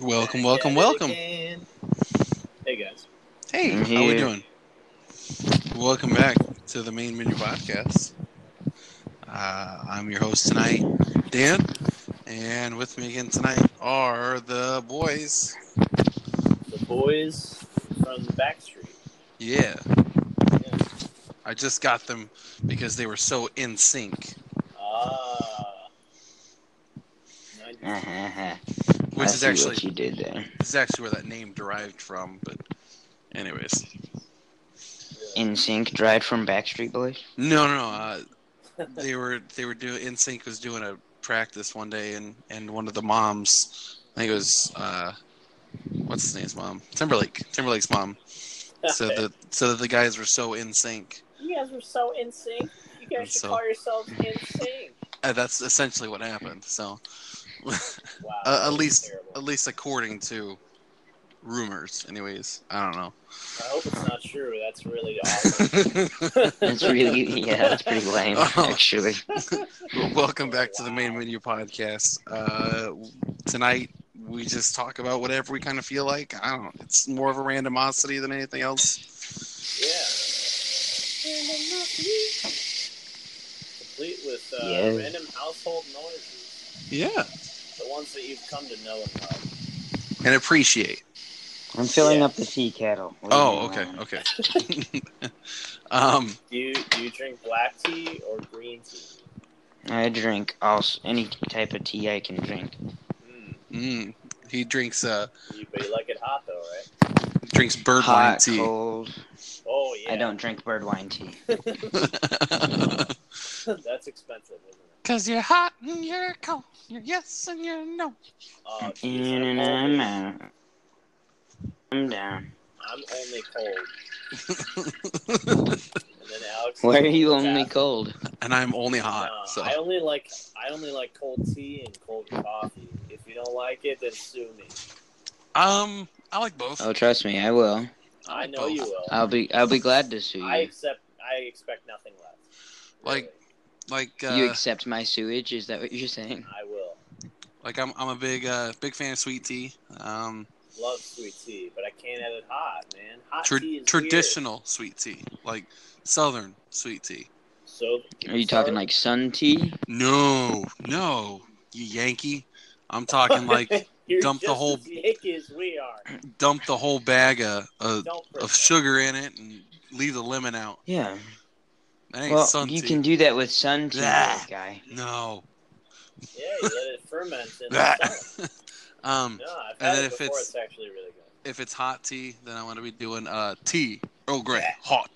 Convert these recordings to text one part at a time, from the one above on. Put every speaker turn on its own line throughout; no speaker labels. Welcome, welcome, welcome.
Hey guys.
Hey,
I'm
how we
here.
doing? Welcome back to the Main Menu Podcast. Uh, I'm your host tonight, Dan, and with me again tonight are the boys.
The boys from the back street.
Yeah,
Yeah.
I just got them because they were so in sync,
Ah. Nice.
which
Mm-hmm. I
is
see
actually
what you did there.
is actually where that name derived from. But, anyways,
Yeah.
In sync, dried from Backstreet Boys.
no, no, no. Uh, they were they were doing NSYNC was doing a practice one day and and one of the moms I think it was uh what's his name's mom Timberlake Timberlake's mom so the so that the guys were so in sync
you guys were so in sync. You
I'm
guys should
so-
call yourselves in sync.
Uh, that's essentially what happened so Uh,
Wow.
at
that's
least-
terrible.
at least according to rumors anyways I don't know
I hope it's not true. That's really awesome.
That's really, yeah, that's pretty lame,
Oh.
actually.
Well, welcome back to the main menu podcast uh tonight we just talk about whatever we kind of feel like I don't it's more of a randomosity than anything else
Yeah. Complete with uh,
Yeah.
random household noises.
Yeah.
The ones that you've come to know and love.
And appreciate.
I'm filling
Yeah.
up the tea kettle. Leave me
Oh, okay,
alone.
okay. um,
Do you, do you drink black tea or green tea?
I drink also any type of tea I can drink.
Mm.
mm, he drinks uh
You, but you like it hot though, right?
drinks bird wine
Hot,
tea.
cold.
Oh yeah.
I don't drink bird wine tea.
That's expensive, isn't it?
Cause you're hot and you're cold. You're yes and you're no.
Oh, geez,
In and
I'm,
I'm out. I'm down.
I'm only cold. And then Alex.
Why are you only
Yeah.
cold?
And I'm only hot.
No,
so
Uh, I only like I only like cold tea and cold coffee. If you don't like it, then sue me.
um I like both.
Oh, trust me, I will.
I
like
know
both.
you will.
I'll be, I'll be glad to sue you.
I accept. I expect nothing less.
Like- Like uh
You accept my sewage? Is that what you're saying?
Really. I will
like I'm I'm a big uh big fan of sweet tea. Um
love sweet tea, but I can't have it hot, man. Hot
tra-
tea is
traditional sweet tea. Like southern sweet tea.
Weird. So
Are you talking like sun tea?
No, no, you Yankee. I'm talking like
You're
dump the
just
whole-
as Yankee as we are.
dump the whole bag of, of,
Don't
of
pretend.
sugar in it and leave the lemon out.
Yeah.
That ain't
Well,
sun
you
tea.
can do that with sun tea,
Blah.
guy.
No.
Yeah, you let it ferment and
Blah.
then sell it.
um,
No, I've
And
had
then
it
if
before.
it's-
It's... actually really good.
if it's hot tea, then I want to be doing uh tea. Oh, great, hot.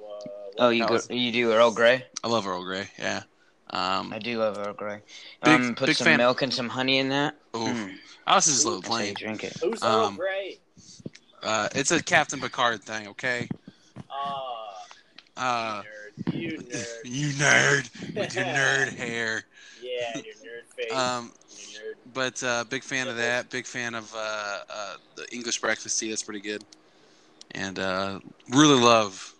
Wha-
Oh, you go,
Alice.
you do Earl Grey?
I love Earl Grey. Yeah. Um.
I do love Earl Grey.
Big-
Um, put
big
some
fan.
milk and some honey in that.
Oh,
Mm,
I was just a little
that's how you
plain.
drink it.
who's
um,
Earl Grey?
Uh, it's a Captain Picard thing, okay?
Ah,
Uh,
nerd. You nerd.
you nerd with your nerd hair.
yeah, your nerd face.
Um,
your nerd.
But uh, big fan of that. Big fan of uh, uh, the English breakfast tea. That's pretty good. And uh, really love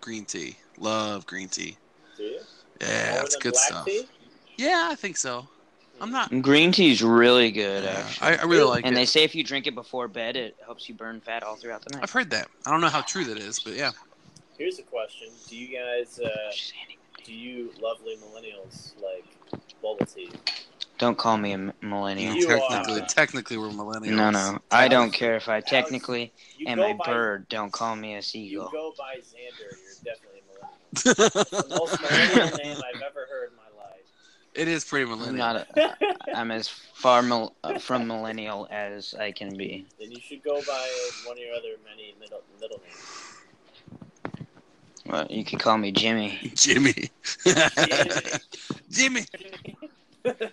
green tea. Love green tea.
Do you?
Yeah,
More
that's
than
good
black
stuff.
Tea?
Yeah, I think so. I'm not.
Green tea's really good,
Yeah,
actually.
I, I really like
and
it.
they say if you drink it before bed, it helps you burn fat all throughout the night.
I've heard that. I don't know how true that is, but yeah.
Here's a question: Do you guys, uh, do you lovely millennials like bubble tea?
Don't call me a m-
You
millennial.
You
technically,
are-
technically, we're millennials.
No, no, I don't care if I technically
You
am
go
a
by,
bird. Don't call me a
You
seagull.
go by Xander. You're definitely a millennial. the most millennial name I've ever heard in my life.
it is pretty millennial.
I'm not. A, I'm as far mil, uh, from millennial as I can be.
Then you should go by one of your other many middle middle names.
Well, you could call me Jimmy.
Jimmy. Jimmy.
you, guys,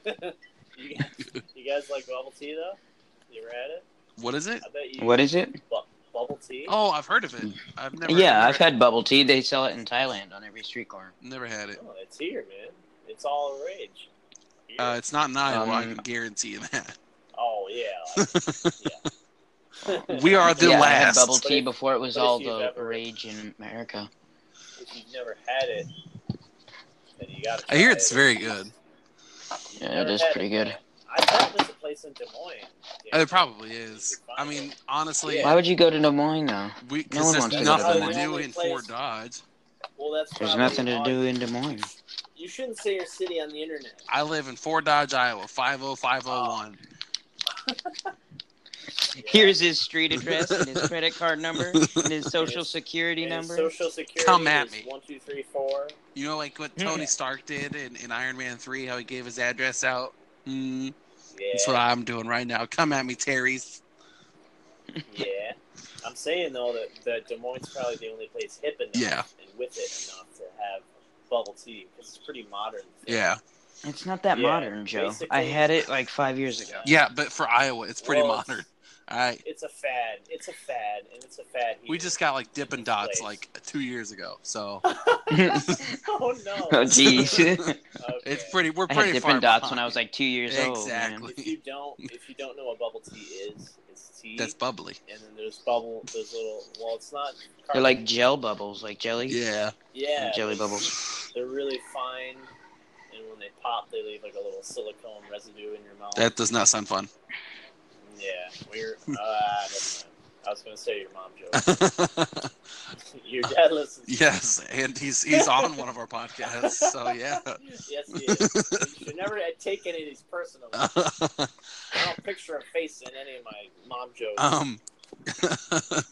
you guys like bubble tea though? You ever had it?
What is it?
I bet you
What is it?
bubble tea.
Oh, I've heard of it. I've never.
Yeah,
never-
I've had bubble tea. They sell it in Thailand on every street corner.
never had it.
Oh, it's here, man. It's all the rage. Here.
Uh, it's not in Iowa. I
Um,
can guarantee you that.
oh yeah. like- yeah.
We are the
yeah, I had
last.
bubble tea before it was
But if
all
you've
the
ever-
rage in America.
If you've never had it, then you got.
I hear it's very good.
Yeah, it is pretty good.
I thought there's a place in Des Moines. Dan.
It Uh, probably is. I mean, honestly,
Yeah.
Why would you go to Des Moines though?
we
No one
because
wants to
there's
go to
nothing
Des
to do
Moines.
in Fort Dodge.
well, that's
There's
probably
nothing to
on-
do in Des Moines.
You shouldn't say your city on the internet.
I live in Fort Dodge, Iowa, five oh five oh one.
Here's his street address and his credit card number and his social security
And
number.
Social security.
Come at
is
me.
One two three four.
You know, like what
Yeah.
Mm.
Tony Stark did in, in Iron Man three, how he gave his address out. Mm,
Yeah.
That's what I'm doing right now. Come at me, Terry's.
yeah. I'm saying though that, that Des Moines is probably the only place hip enough
Yeah.
and with it enough to have bubble tea because it's pretty modern.
Yeah,
It's not that
Yeah,
modern, Joe. I
basically-
had it like five years ago.
yeah, but for Iowa, it's pretty
Well,
modern. All right,
It's a fad. It's a fad, and it's a fad. Here.
we just got like Dippin' Dots
Place.
like two years ago, so
oh no.
oh geez.
Okay.
it's pretty. We're
I had
pretty far
Dippin' Dots when
behind.
I was like two years old. man.
Exactly.
If you don't, if you don't know what bubble tea is, it's tea.
That's bubbly.
and then there's bubble. There's little. Well, it's not.
They're like gel bubbles, like jelly.
Yeah,
yeah,
jelly
they're-
bubbles.
They're really fine, and when they pop, they leave like a little silicone residue in your mouth.
that does not sound fun.
yeah, we're. Uh, never mind. I was gonna say your mom joke. your dad listens.
yes, and he's he's on one of our podcasts, so yeah.
Yes, he is. You should never uh, take any of these personally.
Uh.
I don't picture a face in any of my mom jokes.
um,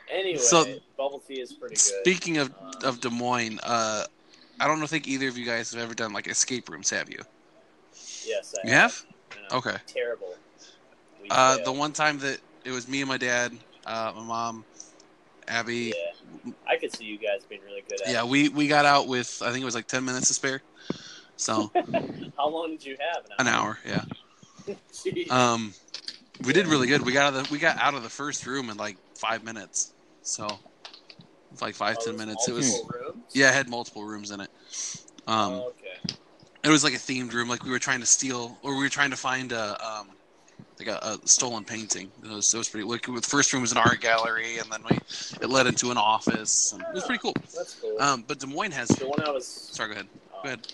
anyway,
so-
bubble tea is pretty good.
speaking of
Um,
of Des Moines, uh, I don't think either of you guys have ever done like escape rooms, have you?
yes, I
You have?
and I'm
Okay.
Terrible. We
Uh, the
failed.
one time that it was me and my dad, uh, my mom, Abby.
Yeah. I could see you guys being really good at
Yeah, we we got out with I think it was like ten minutes to spare, so
it. How long did you have?
an hour. Yeah.
Jeez.
Um, we did really good. We got out of the, we got out of the first room in like five minutes. So, it's like five
Oh,
ten
there's
minutes. It was
multiple rooms?
yeah, it had multiple rooms in it. Um,
Oh, okay.
it was like a themed room. Like we were trying to steal, or we were trying to find a um, like a, a stolen painting. It was, it was pretty. Like the first room was an art gallery, and then we it led into an office. And it was pretty cool.
That's cool.
Um, but Des Moines has.
the one I was.
Sorry, go ahead.
uh,
Go ahead.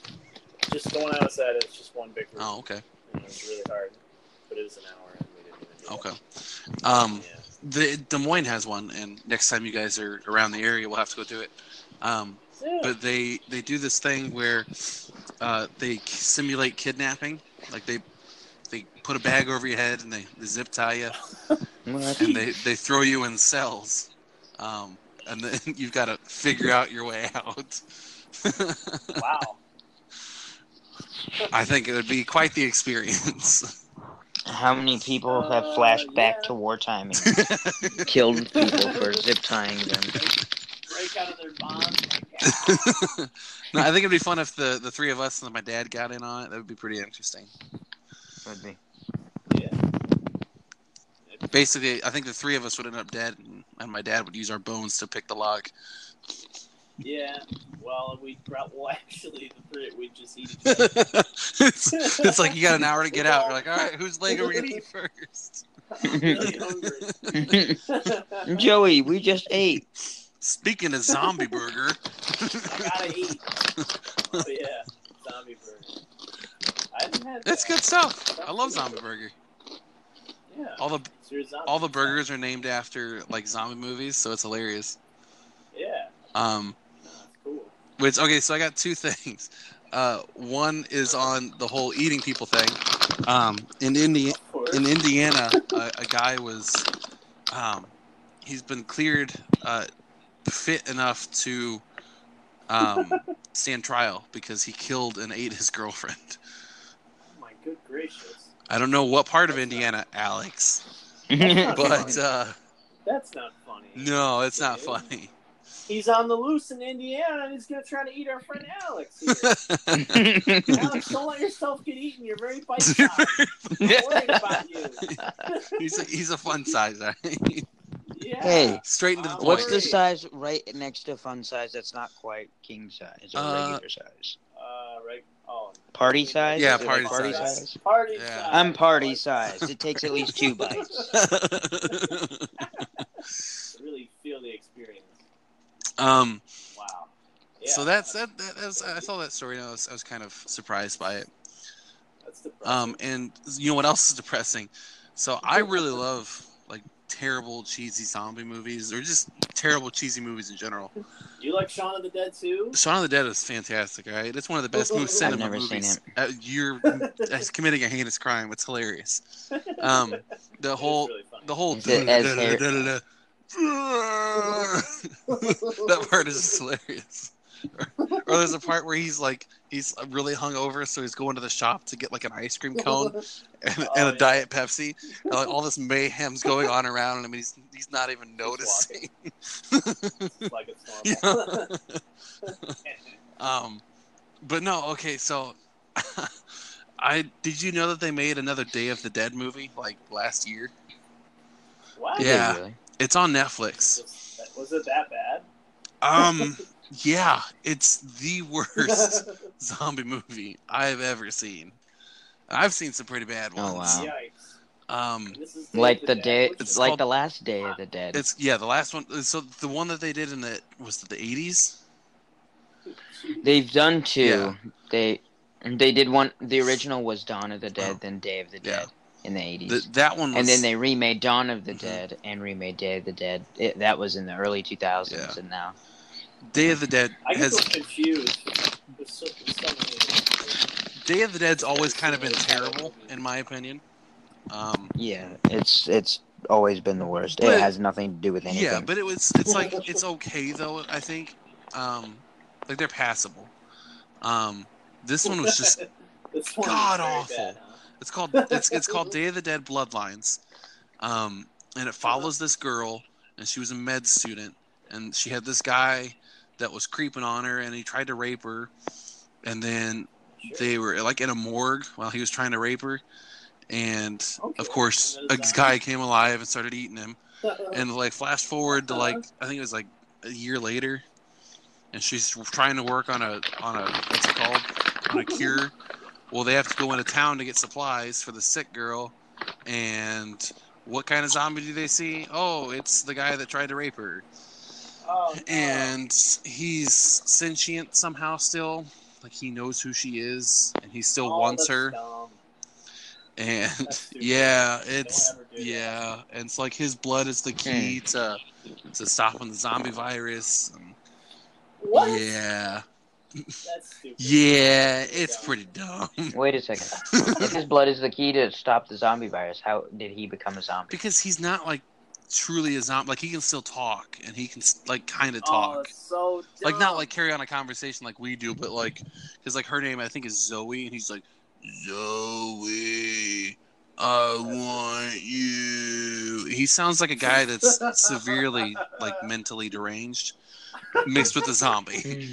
Just the one I was at is just one big room.
Oh, okay,
And it was really hard, but it was an hour, and we didn't even do
okay.
it.
Um,
Yeah.
the Des Moines has one, and next time you guys are around the area, we'll have to go do it. Um,
Yeah.
but they they do this thing where uh, they simulate kidnapping, like they they put a bag over your head and they, they zip tie you
What?
and they they throw you in cells, um, and then you've got to figure out your way out.
wow.
I think it would be quite the experience.
How many people have
Uh,
flashed back
yeah.
to wartime and killed people for zip tying them?
Break out of their bonds.
no, I think it'd be fun if the the three of us and my dad got in on it. That would be pretty interesting.
Would be.
Yeah.
Basically, I think the three of us would end up dead, and, and my dad would use our bones to pick the lock.
Yeah. Well, we brought. Well, actually, the three we just eat each other.
it's, it's like you got an hour to get out. You're like, all right, whose leg are we gonna eat first?
I'm really hungry. I
Joey, we just ate.
Speaking of zombie burger,
gotta eat. Oh yeah, zombie burger. I haven't had.
it's
that.
good stuff. I love zombie burger.
Yeah.
All the
it's your zombie.
all the burgers are named after like zombie movies, so it's hilarious.
Yeah.
Um,
No, it's cool.
which okay, so I got two things. Uh, one is on the whole eating people thing. Um, in India,
Of course.
in Indiana, a, a guy was, um, he's been cleared, uh, fit enough to um, stand trial because he killed and ate his girlfriend.
oh my good gracious.
I don't know what part of
That's not-
Indiana, Alex,
That's not
but
funny.
uh,
that's not funny.
no, it's not funny.
He's on the loose in Indiana, and he's gonna try to eat our friend Alex. Here. Alex, don't let yourself get eaten. You're very bite sized. worried about you.
he's a, he's a fun size. all right?
Yeah.
Hey,
Straight into the
I'm
What's
point.
the
worried.
size right next to fun size that's not quite king size or
Uh,
regular size?
Uh, right. Oh.
Party size?
Yeah,
Is it
party
size.
size.
Party
Yeah.
size.
I'm party size. It takes at least two bites.
Really feel the experience.
um,
Wow.
so that's that. that that's, I saw that story and I was, I was kind of surprised by it.
That's depressing.
Um, and you know what else is depressing? So I really love like terrible cheesy zombie movies or just terrible cheesy movies in general.
you like Shaun of the Dead too?
Shaun of the Dead is fantastic, all right? It's one of the best movies
I've
cinema
never seen
movies. Uh, you're that's committing a heinous crime. It's hilarious. Um, the whole
It's really funny.
the whole
Is it as hair-
that part is just hilarious. Or, or there's a part where he's like he's really hungover, so he's going to the shop to get like an ice cream cone and, and
Oh,
a
yeah.
diet Pepsi. And, like all this mayhem's going on around him, and he's he's not even noticing.
like it's normal.
You know? um, but no, okay, so I did you know that they made another Day of the Dead movie like last year?
What?
Did they
Yeah.
really?
It's on Netflix.
Was, that- was it that bad?
Um, yeah, it's the worst zombie movie I've ever seen. I've seen some pretty bad
Oh,
ones.
wow.
Yikes.
Um,
And this is
Like
of
the day,
Dead, which
It's
is-
like
called-
the last day of the dead.
it's yeah, the last one. So the one that they did in the was it the eighties?
They've done two.
Yeah.
They they did one. The original was Dawn of the Dead, then Day of the
Oh. Yeah.
Dead in the eighties,
That one was.
and then they remade Dawn of the
Mhm.
Dead and remade Day of the Dead. It, that was in the early two thousands,
Yeah.
and now
Day of the Dead
I get
has
so confused. There's so, there's so many.
Day of the Dead's always kind of been terrible in my opinion. Um,
yeah, it's it's always been the worst.
But-
it has nothing to do with anything.
yeah, but it was it's like it's okay though. I think um, like they're passable. Um, this one was just
This one is
God
very
awful.
bad, huh?
It's called it's it's called Day of the Dead Bloodlines, um, and it follows this girl, and she was a med student, and she had this guy that was creeping on her, and he tried to rape her, and then
Sure.
they were like in a morgue while he was trying to rape her, and of
Okay.
course
And
a
then the
guy came alive and started eating him,
Oh,
and like flash forward to
Uh-huh.
like I think it was like a year later, and she's trying to work on a on a what's it called on a cure. Well, they have to go into town to get supplies for the sick girl, and what kind of zombie do they see? Oh, it's the guy that tried to rape her,
Oh, no.
and he's sentient somehow still. Like he knows who she is, and he still
Oh,
wants
that's
her.
dumb.
And
That's stupid.
yeah, it's
ever do that.
yeah, and it's like his blood is the key to to stopping the zombie virus. and-
What?
Yeah,
That's stupid.
yeah, it's pretty dumb
Wait a second. if his blood is the key to stop the zombie virus, how did he become a zombie?
because he's not like truly a zombie. Like he can still talk, and he can s- like kind of
Oh,
talk,
that's so dumb.
like not like carry on a conversation like we do, but like because like her name I think is Zoe, and he's like Zoe. I want you. He sounds like a guy that's severely like mentally deranged, mixed with a zombie.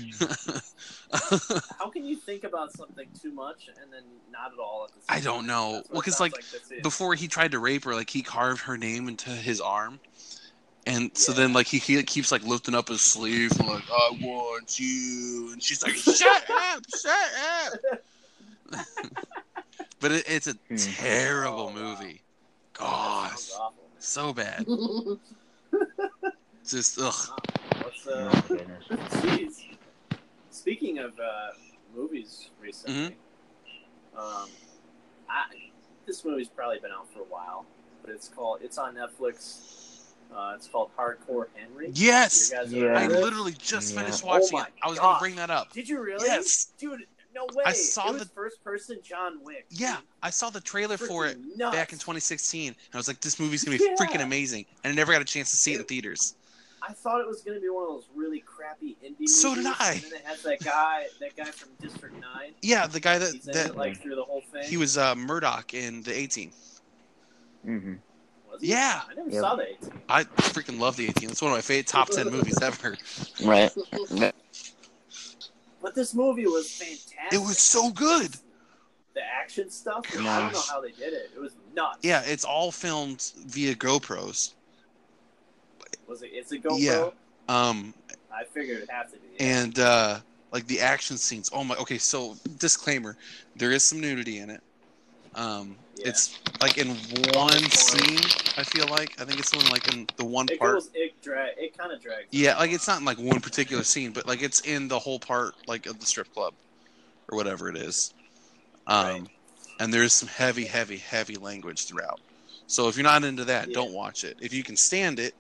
How can you think about something too much and then not at all at the same
I don't
time?
know.
That's what
Well,
it
'cause,
sounds
like,
this is.
before he tried to rape her, like he carved her name into his arm, and so
Yeah.
then like he, he keeps like lifting up his sleeve, and, like I want you, and she's like, shut up, shut up. but it, it's a
Hmm.
terrible
Oh, wow.
movie.
That
Gosh,
sounds awful.
so bad. Just ugh.
What's
Oh,
uh?
my goodness.
Jeez. Speaking of uh, movies recently,
Mm-hmm.
um, I, this movie's probably been out for a while, but it's called. It's on Netflix. Uh, it's called Hardcore Henry.
Yes,
You guys
Yeah.
aware
I
of this?
literally just
Yeah.
finished
Oh
watching
my
it. I was gonna
gosh.
bring that up.
Did you really?
Yes.
Dude, no way.
I saw
it was
the-
first person John Wick.
Yeah, I saw the trailer for it
Freaking nuts.
back in 2016, and I was like, this movie's gonna be
Yeah.
freaking amazing, and I never got a chance to see it in theaters.
I thought it was gonna be one of those really crappy indie movies.
So did I.
And then it has that guy, that guy from District Nine.
Yeah, the guy that
He's in
that
it like through the whole thing.
he was uh, Murdoch in the 18.
hmm
Was he?
Yeah.
I never
Yeah.
saw that. 18.
I freaking love the 18. It's one of my favorite top 10 movies ever.
Right.
But this movie was fantastic.
It was so good.
The action stuff. I don't know
Gosh.
how they did it. It was nuts.
Yeah, it's all filmed via GoPros.
Was it? It's a GoPro.
Yeah. Um,
I figured it had to be. yeah.
and uh, like the action scenes. Oh my. Okay, so disclaimer: there is some nudity in it. Um,
Yeah.
it's like in one scene. I feel like I think it's in like in the one
it
part.
goes. It drag. It kind of drags.
Yeah,
on.
like it's not in like one particular scene, but like it's in the whole part like of the strip club or whatever it is. Um
Right.
and there's some heavy, heavy, heavy language throughout. So if you're not into that,
Yeah.
don't watch it. If you can stand it,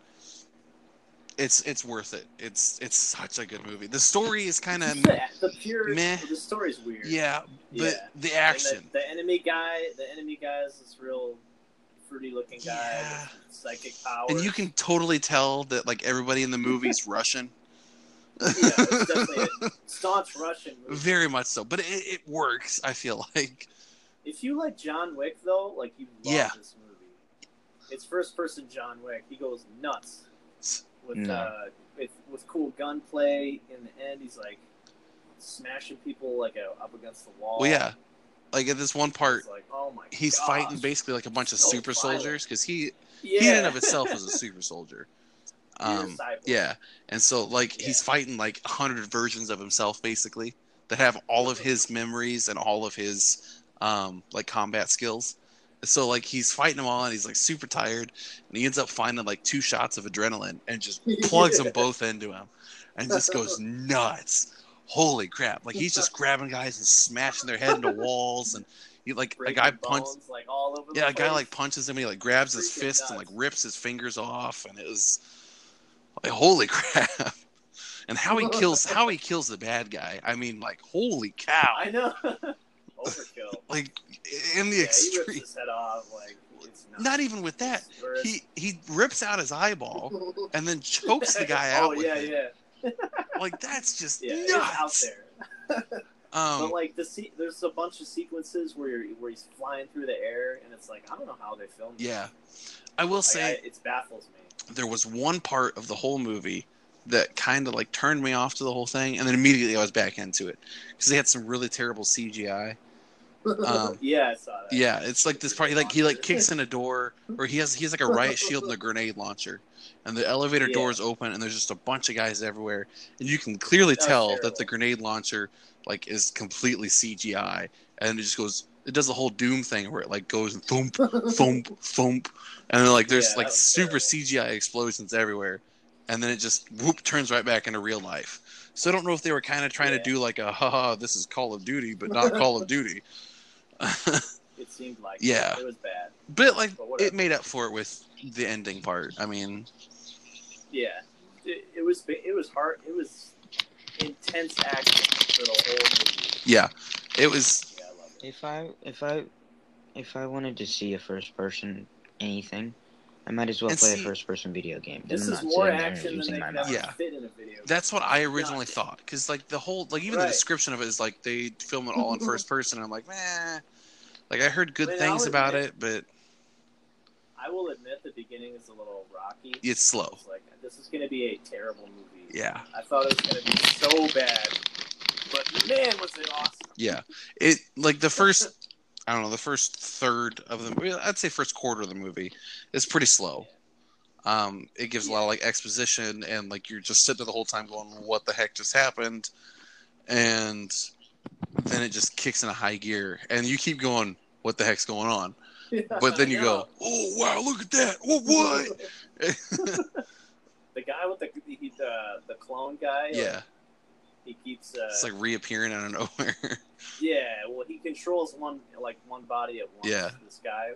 it's it's worth it. It's it's such a good movie. The story is kind of
the, the pure
um, meh.
the story's weird.
yeah, but
Yeah.
the
And the-
action.
The, enemy guy, the enemy guy is this real fruity looking guy
Yeah.
with psychic powers.
And you can totally tell that like everybody in the movie's Russian.
yeah, it's definitely a staunch Russian movie.
Very much so, but it, it works. I feel like
If you like John Wick though, like you love
Yeah.
this movie. It's first person John Wick. He goes nuts with
No.
uh with, with cool gunplay. In the end, he's like smashing people like uh, up against the wall.
well, yeah, like at this one part,
It's like oh my.
he's
gosh.
fighting basically like a bunch of
So
super
violent.
soldiers because he
Yeah.
he in and of itself is a super soldier.
You're a
Um,
cyborg.
yeah, and so like he's
Yeah.
fighting like hundred versions of himself basically that have all of his memories and all of his um, like combat skills. So like he's fighting them all and he's like super tired and he ends up finding like two shots of adrenaline and just plugs them both into him and just goes nuts. Holy crap! Like he's just grabbing guys and smashing their head into walls and he like
Breaking
a guy punches
bones, like all over.
yeah,
the
a guy
place.
like punches him. He like grabs his
Freaking
fist and like
nuts.
rips his fingers off, and it was like holy crap. And how he kills how he kills the bad guy. I mean, like holy cow!
I know. Overkill.
Like in the
yeah, he rips
extreme.
his head off. Like it's nuts.
Not even with that.
It's worse.
He he rips out his eyeball and then chokes the guy out
oh
with
yeah,
it.
yeah,
Like that's just
yeah. It's out
nuts.
there.
Um,
but like the se- there's a bunch of sequences where you're, where he's flying through the air, and it's like I don't know how they filmed. it.
yeah, I will
Like,
say.
I- it baffles me.
there was one part of the whole movie that kind of like turned me off to the whole thing, and then immediately I was back into it because they had some really terrible CGI. Um,
yeah, I saw that.
yeah, it's like this part. He like he like kicks in a door, or he has he has like a riot shield and a grenade launcher, and the elevator
Yeah.
door is open, and there's just a bunch of guys everywhere, and you can clearly
That's
tell
terrible.
that the grenade launcher like is completely CGI, and it just goes. It does the whole Doom thing where it like goes and thump thump, thump, and then like there's
Yeah,
like
that was
super
terrible.
CGI explosions everywhere, and then it just whoop turns right back into real life. So I don't know if they were kind of trying
Yeah.
to do like a haha, this is Call of Duty, but not Call of Duty.
It seemed like
Yeah.
it was bad.
but like
But whatever.
it made up for it with the ending part. I mean,
Yeah, it, it was it was hard. It was intense action for the whole movie.
yeah, it was.
Yeah, I love it.
If I if I if I wanted to see a first person anything, I might as well
And
play
see-
a first person video game.
This
I'm
is
not
more
sitting there
action than
using
they
my
could
mouth.
ever
Yeah.
fit in a video. game.
That's what I originally
Yeah.
thought because like the whole like even the
Right.
description of it is like they film it all in first person. I'm like, meh. Like I heard good
But I'll
things about
admit-
it, but
I will admit the beginning is a little rocky.
it's slow.
It's like this is going to be a terrible movie.
Yeah.
I thought it was going to be so bad, but man, was it awesome!
Yeah, it like the first, I don't know, the first third of the movie. I'd say first quarter of the movie is pretty slow. Um, it gives a lot of like exposition and like you're just sitting there the whole time going, "What the heck just happened?" And then it just kicks in a high gear, and you keep going, "What the heck's going on?" But then
I
you
know.
go, "Oh wow, look at that! What what?"
the guy with the he, the the clone guy. like,
Yeah,
he keeps. Uh,
it's like reappearing out of nowhere.
yeah, well, he controls one like one body at once.
Yeah.
this guy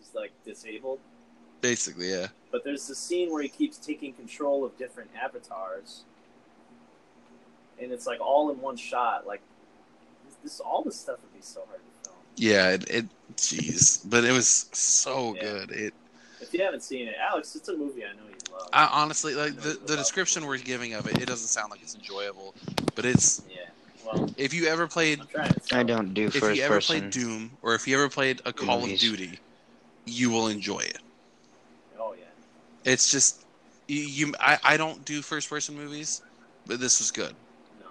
is like disabled.
Basically, yeah.
But there's this scene where he keeps taking control of different avatars, and it's like all in one shot. Like this, this all this stuff would be so hard to film.
Yeah, it, it jeez, but it was so
Yeah.
good. It
If you haven't seen it, Alex, it's a movie I know you love.
I honestly like
know
the,
it's
the
about-
description we're giving of it. It doesn't sound like it's enjoyable, but it's
yeah. Well,
if you ever played
I'm trying to. Tell
I
you.
don't do
if
first
you ever
person.
played Doom or if you ever played a Call of
Movies.
Duty, you will enjoy it.
Oh yeah.
It's just you. you I, I don't do first person movies, but this was good.
No.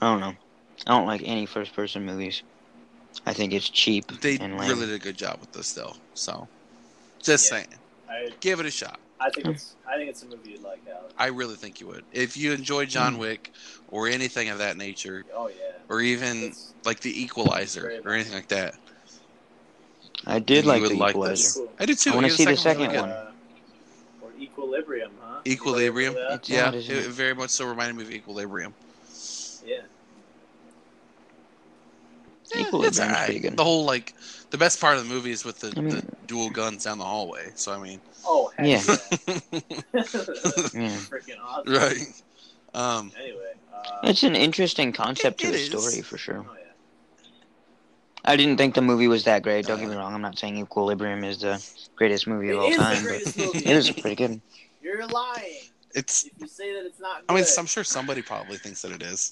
I don't know. I don't like any first person movies. I think it's cheap
They
and lame.
really did a good job with this though. So just
Yeah.
saying,
I
give it a shot.
I think it's I think it's a movie you'd like, Alex.
I really think you would. If you enjoy John
Mm.
Wick or anything of that nature,
Oh yeah.
or even
It's
like The Equalizer
Very
or anything like that,
I did
You
like
would
the
like
Equalizer.
this.
cool.
I do too.
I wanna
Yeah,
see the
one's really
second
good.
one.
Uh, or Equilibrium, huh?
Equilibrium.
You remember
It's
Yeah,
not,
it,
isn't it?
very much so reminded me of Equilibrium.
that? Yeah.
it's
Equilibrium's
all
pretty
right.
good.
The whole like the best part of the movie is with the,
I mean-
the dual guns down the hallway. So I mean,
Oh, heck
Yeah. Yeah.
Freaking awesome.
right? Um,
Anyway. Uh,
It's an interesting concept
It-
to the
it
story
is.
for sure.
oh, yeah.
I didn't think the movie was that great. Don't
Oh,
get me wrong. I'm not saying Equilibrium is the greatest movie of
It
all
is
time,
the
but
greatest movie.
it is pretty good.
You're lying
it's.
if you say that it's not. Good.
I mean, I'm sure somebody probably thinks that it is.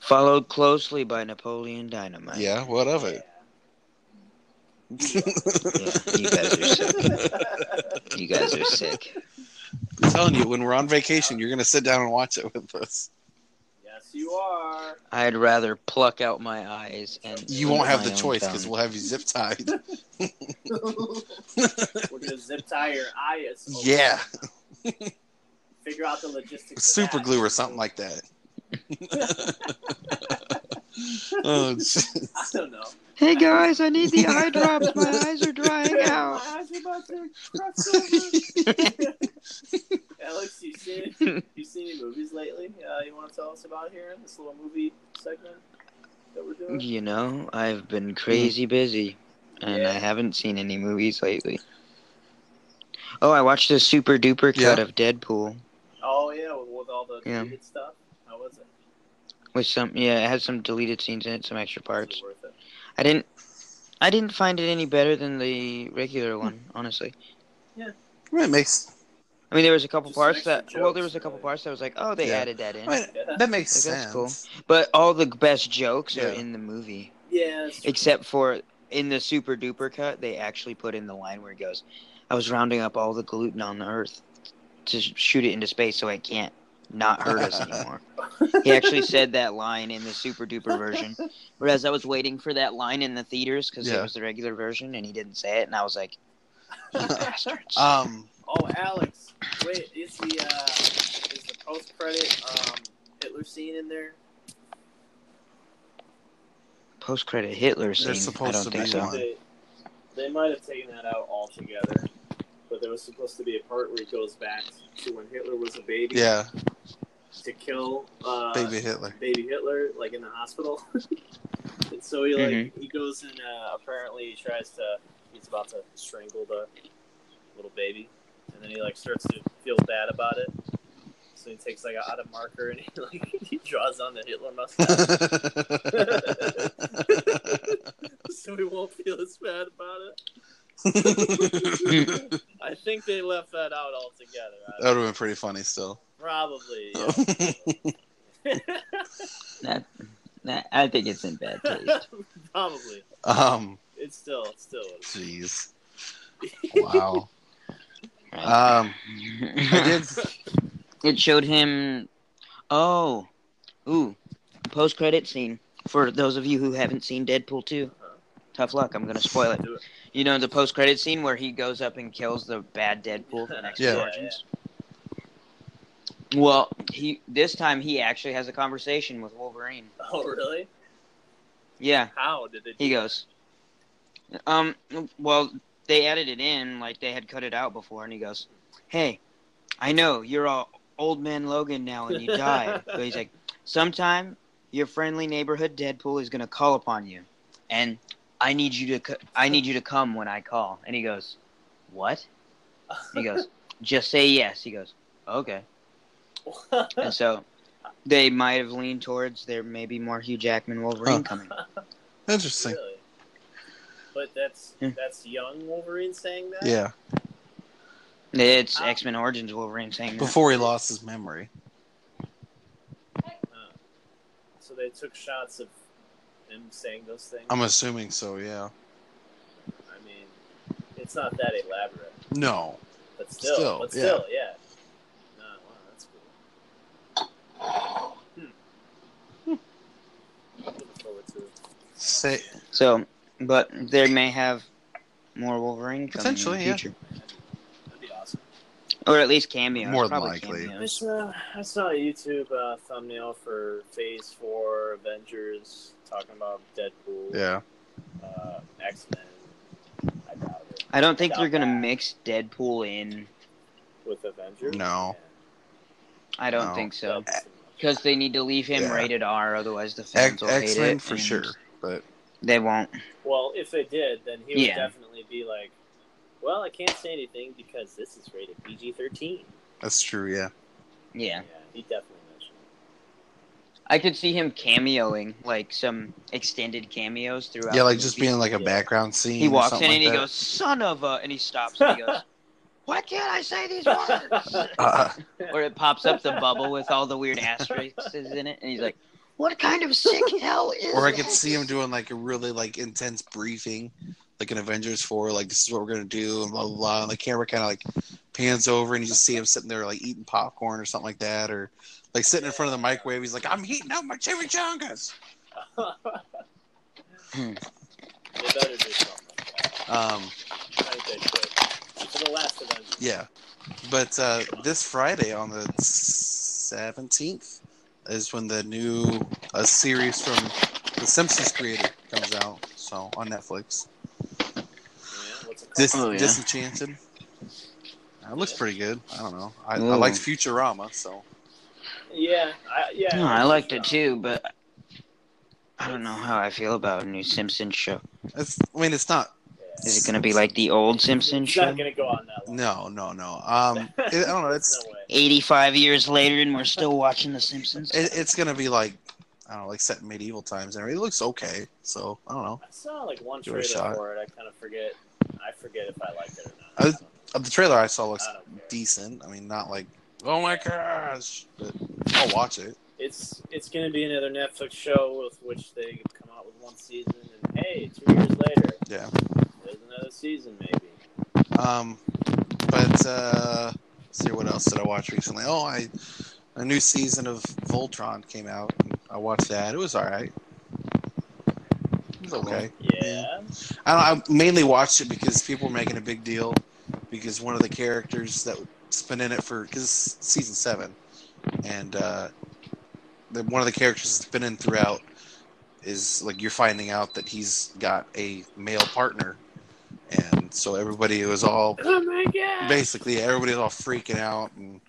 Followed closely by Napoleon Dynamite.
Yeah, what of it?
Yeah, you guys are sick. You guys are sick.
I'm telling you, when we're on vacation, you're gonna sit down and watch it with us.
Yes, you are.
I'd rather pluck out my eyes and
You
limit
won't have
my
the
own
choice because
tongue.
we'll have you zip tied.
We're gonna zip tie your eyes. open.
yeah,
Figure out the logistics.
super glue or something like that. oh, jeez.
I don't know.
Hey guys, I need the eye drops. My eyes are drying
My
out.
eyes are about to cross over. Alex, you seen you seen any movies lately? Uh, you want to tell us about here in this little movie segment that we're doing?
You know, I've been crazy busy, and I
Yeah.
haven't seen any movies lately. Oh, I watched the super duper
Yeah.
cut of Deadpool
Oh yeah, with, with all the
Yeah.
deleted stuff. How was it?
with some. Yeah, it had some deleted scenes in it, some extra
Was
parts.
it worth it?
I didn't. I didn't find it any better than the regular one, honestly.
It makes
I mean, there was a couple
Just some
parts
extra
that well, there
jokes,
was a couple
really.
parts that was like, oh, they
Yeah.
added that in,
I mean,
Yeah.
that makes
Like,
sense.
that's cool. but all the best jokes are
Yeah.
in the movie.
Yeah. that's true.
Except for in the super duper cut, they actually put in the line where he goes, I was rounding up all the gluten on the earth to sh- shoot it into space so it can't not hurt us anymore. he actually said that line in the super duper version. Whereas I was waiting for that line in the theaters because
Yeah.
it was the regular version and he didn't say it. And I was like, "You bastards.
Um,
Oh, Alex, wait, is the uh, is the post credit um, Hitler scene in there?
Post credit Hitler scene. I
supposed
don't
to
think
be
so.
one.
They, they might have taken that out altogether, but there was supposed to be a part where he goes back to when Hitler was a baby
yeah,
to kill uh,
baby Hitler.
baby Hitler, like in the hospital. and so he like he goes and uh, apparently he tries to he's about to strangle the little baby, and then he like starts to feel bad about it. So he takes like a out a marker and he like he draws on the Hitler mustache, so he won't feel as bad about it.
that
I think they left that out altogether. I-
would have been pretty funny still.
Probably.
Nah, I think it's in bad taste.
Probably.
um,
It's still it's still.
jeez. Wow.
Right.
Um, I did.
It showed him. Oh, ooh, post credit scene. For those of you who haven't seen Deadpool 2, tough luck. I'm gonna spoil it.
Do it.
You know the post credit scene where he goes up and kills the bad Deadpool from X
Yeah.
Origins. Well, he this time he actually has a conversation with Wolverine.
Oh really?
Yeah,
How did they?
he goes. Um. Well, they added it in like they had cut it out before, and he goes, "Hey, I know you're all old man Logan now, and you died." but he's like, "Sometime your friendly neighborhood Deadpool is gonna call upon you, and I need you to co- I need you to come when I call." And he goes, "What?" He goes, "Just say yes." He goes, "Okay." And so they might have leaned towards there may be more Hugh Jackman Wolverine
Huh.
coming.
Interesting.
Really? But that's
Yeah.
that's young Wolverine saying that.
Yeah.
It's X Men Origins Wolverine saying that.
Before he lost his memory.
So they took shots of him saying those things.
I'm assuming so, yeah.
I mean, it's not that elaborate,
No.
but still,
Still,
but
yeah.
still, yeah. No, wow, that's cool. Hmm. Looking forward to it.
Say,
So, but there may have more Wolverine coming
Potentially,
in
yeah.
the future,
That'd be awesome.
or at least cameos.
More than
probably
likely.
I
cameos.
saw, I saw a YouTube uh, thumbnail for Phase Four Avengers talking about Deadpool,
yeah.
uh, X Men. I doubt it.
I don't think
Doubt
they're gonna
that.
mix Deadpool in.
with Avengers.
No.
I don't
No.
think so. uh,
That'd be too much.
because they need to leave him
Yeah.
rated R, otherwise the fans
X
will hate
Men
it.
for
and
sure, but
They won't.
Well, if they did, then he would
Yeah.
definitely be like, "Well, I can't say anything because this is rated PG-13."
that's true. Yeah,
Yeah,
he definitely mentioned.
I could see him cameoing like some extended cameos throughout.
yeah, like
the
just
movie.
being like a
Yeah.
background scene.
He
or
walks in
something
and he
like
goes, "Son of a," and he stops and he goes, "Why can't I say these words?"
that. Uh,
or it pops up the bubble with all the weird asterisks in it, and he's like, "What kind of sick hell is?"
or I could
this?"
see him doing like a really like intense briefing, like in Avengers Four, like this is what we're gonna do, and blah blah blah. And the camera kind of like pans over, and you just see him sitting there like eating popcorn or something like that, or like sitting in front of the microwave. He's like, "I'm heating up my chimichangas."
Hmm.
they better do something. Like that.
Um,
I think they should. For the last Avengers.
yeah, but uh, this Friday on the seventeenth is when the new a series from the Simpsons creator comes out, so on Netflix.
Yeah, what's it called?
Dis-
Oh, yeah.
Disenchanted. That looks pretty good. I don't know. I, I
Ooh.
liked Futurama, so
yeah, I, yeah.
No, I liked it too, but I don't know how I feel about a new Simpsons show.
it's. I mean, it's not.
Yeah.
Is it gonna be like the old Simpsons
It's
show?
not gonna go on that long.
No, no, no. Um, it, I don't know. It's
no way.
85 years later, and we're still watching The Simpsons.
it, it's gonna be like I don't know, like set in medieval times. And everything. it looks okay. So I don't know.
I saw like one
Give it
trailer
a shot.
for it. I kind of forget. I forget if I liked it or not.
I was- Uh, The trailer I saw looks
I don't care.
decent. I mean, not like oh my gosh, but I'll watch it.
it's it's going to be another Netflix show with which they come out with one season, and hey, two years later,
Yeah.
there's another season maybe.
Um, but uh, let's see what else did I watch recently? Oh, I a new season of Voltron came out. And I watched that. It was all right. It was okay.
Yeah,
I, I mainly watched it because people were making a big deal because one of the characters that's been in it for because season seven, and uh, the, one of the characters that's been in throughout is like you're finding out that he's got a male partner, and so everybody was all
oh my god,
basically everybody's all freaking out and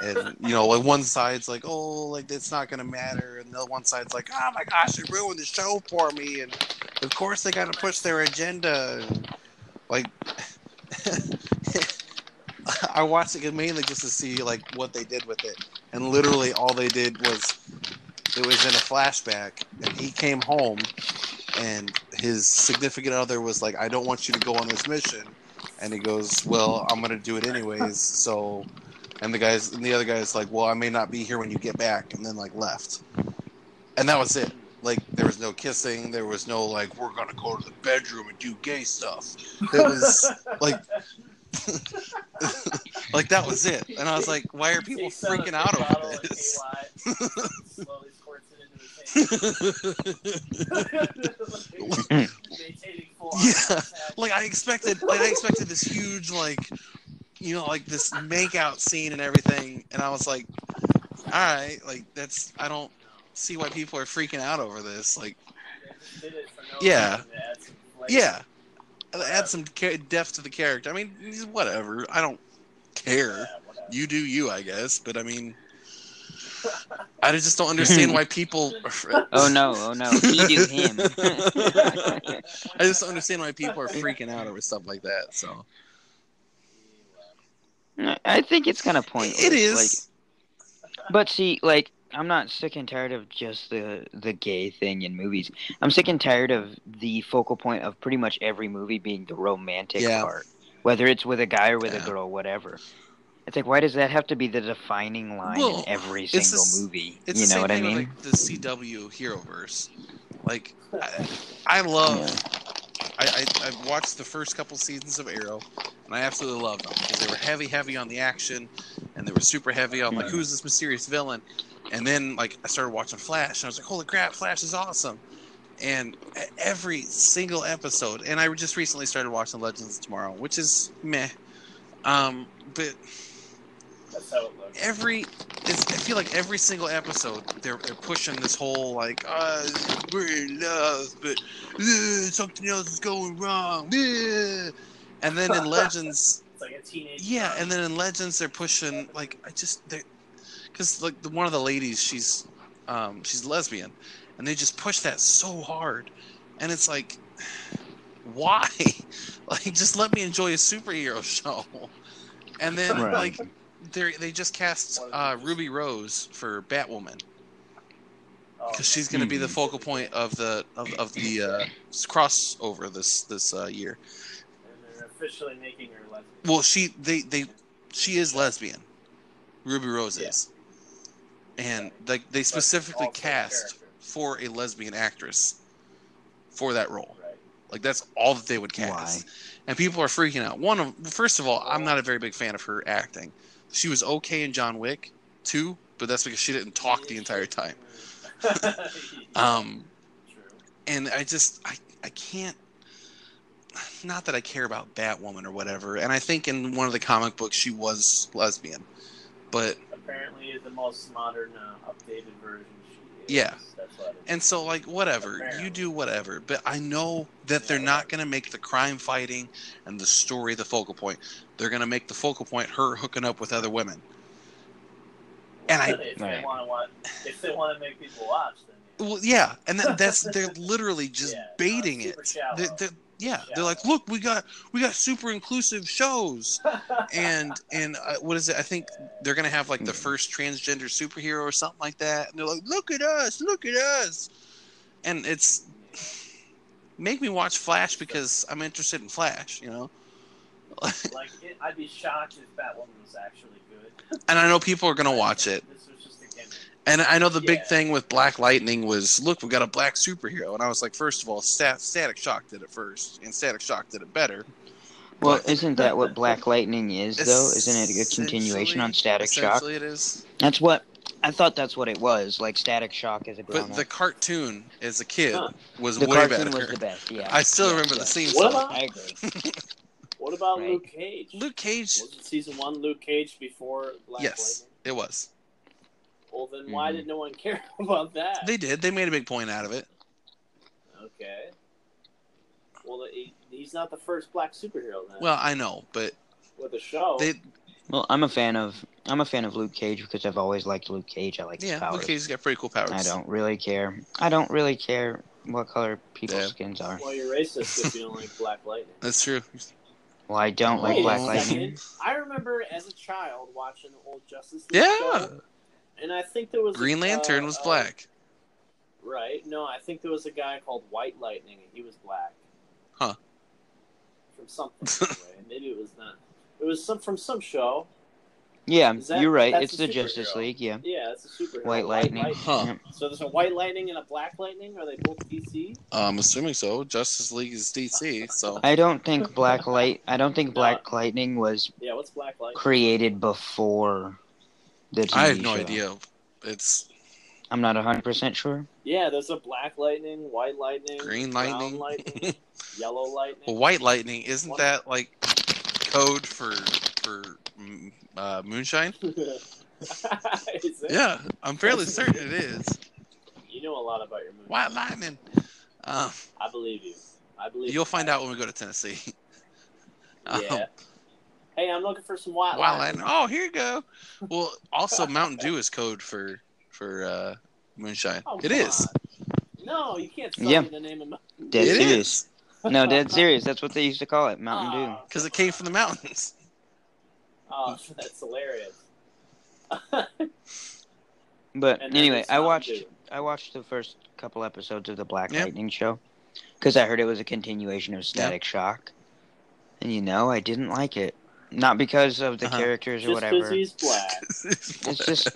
and you know like one side's like oh like it's not gonna matter and the other one side's like oh my gosh they ruined the show for me and of course they gotta push their agenda and like i watched it mainly just to see like what they did with it and literally all they did was it was in a flashback and he came home and his significant other was like i don't want you to go on this mission and he goes, "Well, I'm gonna do it anyways." So, and the guys, and the other guy's like, "Well, I may not be here when you get back," and then like left, and that was it. Like there was no kissing, there was no like, "We're gonna go to the bedroom and do gay stuff." It was like, like that was it, and I was like, "Why are people
Takes out a
freaking
big
out
bottle
over
of
this?"
KY, slowly squirts it into his hand. Maintaining full
Yeah.
eye contact.
like I expected, like I expected this huge, like you know, like this makeout scene and everything, and I was like, all right, like that's I don't see why people are freaking out over this. Like,
They just did it for no
Yeah.
reason to add some flavor.
yeah, add some ca- depth to the character. I mean, whatever. I don't care.
Yeah, whatever.
You do you, I guess. But I mean, I just don't understand why people.
Oh no! Oh no! He do him.
I just don't understand why people are freaking out over stuff like that. So.
I think it's kind of pointless.
It is.
like- But see, like, I'm not sick and tired of just the the gay thing in movies. I'm sick and tired of the focal point of pretty much every movie being the romantic
Yeah.
part, whether it's with a guy or with
Yeah.
a girl, whatever. It's like, why does that have to be the defining line
Well,
in every
the
single
s-
movie?
It's
you
the
know
same
what I
thing
mean?
with like the CW Heroverse. Like, I, I love. I, I I've watched the first couple seasons of Arrow, and I absolutely loved them because they were heavy, heavy on the action, and they were super heavy on like
Mhm.
who's this mysterious villain. And then like I started watching Flash, and I was like, holy crap, Flash is awesome. And e- every single episode, and I just recently started watching Legends of Tomorrow, which is meh. Um, but
That's how it looks.
every it's, I feel like every single episode they're, they're pushing this whole like uh, we're in love but uh, something else is going wrong uh. and then in Legends
It's like a teenage.
yeah and then in Legends they're pushing like I just they because like the, one of the ladies, she's um, she's lesbian, and they just push that so hard, and it's like, why? like, just let me enjoy a superhero show. And then
Right.
like they they just cast uh, Ruby Rose for Batwoman
Oh,
because she's going to be the focal point of the of, of the uh, crossover this this uh, year.
and they're officially making her lesbian.
Well, she they they she is lesbian. Ruby Rose
Yeah.
is, and like they
But
specifically
also the
cast
character,
for a lesbian actress for that role.
Right.
Like that's all that they would cast. And people are freaking out. One of first of all, I'm not a very big fan of her acting. She was okay in John Wick two, but that's because she didn't talk the entire time. Um,
True.
and I just I I can't. Not that I care about Batwoman or whatever, and I think in one of the comic books she was lesbian, but
Apparently, the most modern, uh, updated version. She is.
Yeah.
That's what it is.
and so like whatever you do whatever, but I know that they're not gonna make the crime fighting and the story the focal point. They're gonna make the focal point her hooking up with other women. and I-
if they
Right.
want to watch, if they want to make people watch, then yeah.
Well, yeah, and that, that's they're literally just
Yeah, no, it's
baiting
super
it.
shallow.
They're, they're- yeah, they're
Shallow.
like, look, we got we got super inclusive shows, and and uh, what is it? I think they're gonna have like the
Hmm.
first transgender superhero or something like that, and they're like, look at us, look at us, and it's make me watch Flash because I'm interested in Flash, you know.
like it, I'd be shocked if Batwoman was actually good.
And I know people are gonna watch it,
This was just a gimmick.
And I know the big
Yeah.
thing with Black Lightning was, look, we got a black superhero, and I was like, first of all, Stat- Static Shock did it first, and Static Shock did it better.
Well, isn't that what Black Lightning is, though? Isn't it a
Essentially-
continuation on Static Shock?
Essentially, it is.
That's what I thought. That's what it was. Like Static Shock is a grown
But the cartoon as a kid
Huh.
was
the
way
cartoon
better.
was the best. Yeah,
I still
Yeah,
remember the
yeah.
scene
What
song.
about-
I agree.
What about
Right.
Luke Cage?
Luke Cage.
was it season one Luke Cage before Black
Yes, it was.
Lightning? Well, then why
Mhm.
did no one care about that?
They did. They made a big point out of it.
Okay. Well, he, he's not the first black superhero then.
Well, I know, but
with the show,
they
Well, I'm a fan of I'm a fan of Luke Cage because I've always liked Luke Cage. I like his
yeah,
powers.
Luke Cage's got pretty cool powers.
I don't really care. I don't really care what color people's
Yeah.
skins are.
well, you're racist if you don't like Black Lightning.
That's true.
Well, I don't like
Wait a
Black
second.
Lightning.
I remember as a child watching the old Justice League
Yeah,
show, and I think there was
Green
a-
Lantern was
uh, uh,
black.
right? No, I think there was a guy called White Lightning, and he was black.
Huh.
From something. anyway. Maybe it was not. It was some from some show.
Yeah,
Is that-
you're right.
that's
It's
a
the Justice
superhero.
League. Yeah,
Yeah, it's a superhero.
White Lightning.
Huh.
Yeah.
So there's a White Lightning and a Black Lightning. Are they both DC?
I'm assuming so. Justice League is DC, so
I don't think Black Light. I don't think Black Lightning was
Yeah. What's Black Lightning?
created before the TV
I have no
show.
idea. It's
I'm not 100% sure.
Yeah, there's a Black Lightning, White Lightning,
Green
brown
Lightning.
lightning Yellow Lightning.
well, White Lightning isn't that like code for for mm, uh, moonshine?
Is it?
Yeah, I'm fairly certain it is.
You know a lot about your movie.
White Lightning. Um,
I believe you. I believe
you'll find out when we go to Tennessee. Um,
Yeah. Hey, I'm looking for some white.
White
lightning.
Lightning. Oh, here you go. Well, also Mountain Dew is code for for uh, moonshine.
Oh,
it
come
is.
on. No, you can't sell
Yeah.
me the name of my.
Dead
It is
serious. No, dead serious. That's what they used to call it, Mountain Dew.
Oh,
because it came from the mountains.
Oh, that's hilarious.
But
And then
anyway,
it's
I
Mountain
watched
Dew.
I watched the first couple episodes of the Black
Yep.
Lightning show because I heard it was a continuation of Static Shock, and you know I didn't like it. Not because of the
Uh-huh.
characters
Just
or
because
whatever.
he's black.
It's just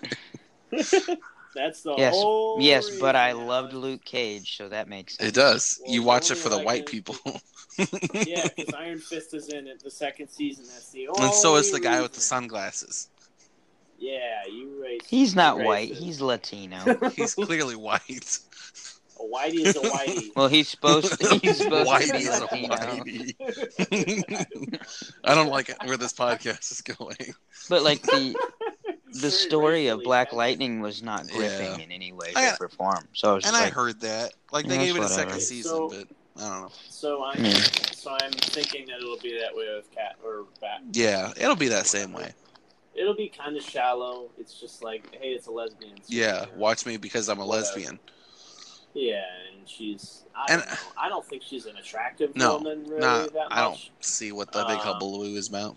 That's the
Yes,
whole.
yes, but I
reason.
loved Luke Cage, so that makes sense.
it does.
Well,
you
the
watch it
only
for the
way I
white
can-
people.
Oh, yeah, because Iron Fist is in it the second season. That's the only.
And so is the guy with the
reason.
sunglasses.
Yeah, you racist.
He's not
You
white.
racist.
He's Latino.
He's clearly white.
a whitey is a whitey.
well, he's supposed to, he's supposed to
whitey
be
is a
Latino.
whitey. I don't like where this podcast is going.
But like the the
Very
story of
racially
Black
bent.
Lightning was not gripping
Yeah.
in any way,
I-
shape, or form. So I was
And
just
I
like,
heard that. Like they
Yeah,
gave it a
it's
second
whatever.
season,
So-
but I don't know.
So I'm
Yeah.
so I'm thinking that it'll be that way with cat or bat.
Yeah, it'll be that same way.
It'll be kind of shallow. It's just like, hey, it's a lesbian. so,
Yeah,
you know.
watch me because I'm a
Whatever.
lesbian.
Yeah, and she's. I don't,
And-
know. I don't think she's an attractive
No,
woman. Really,
nah,
that much.
I don't see what the big
Um,
hullabaloo is about.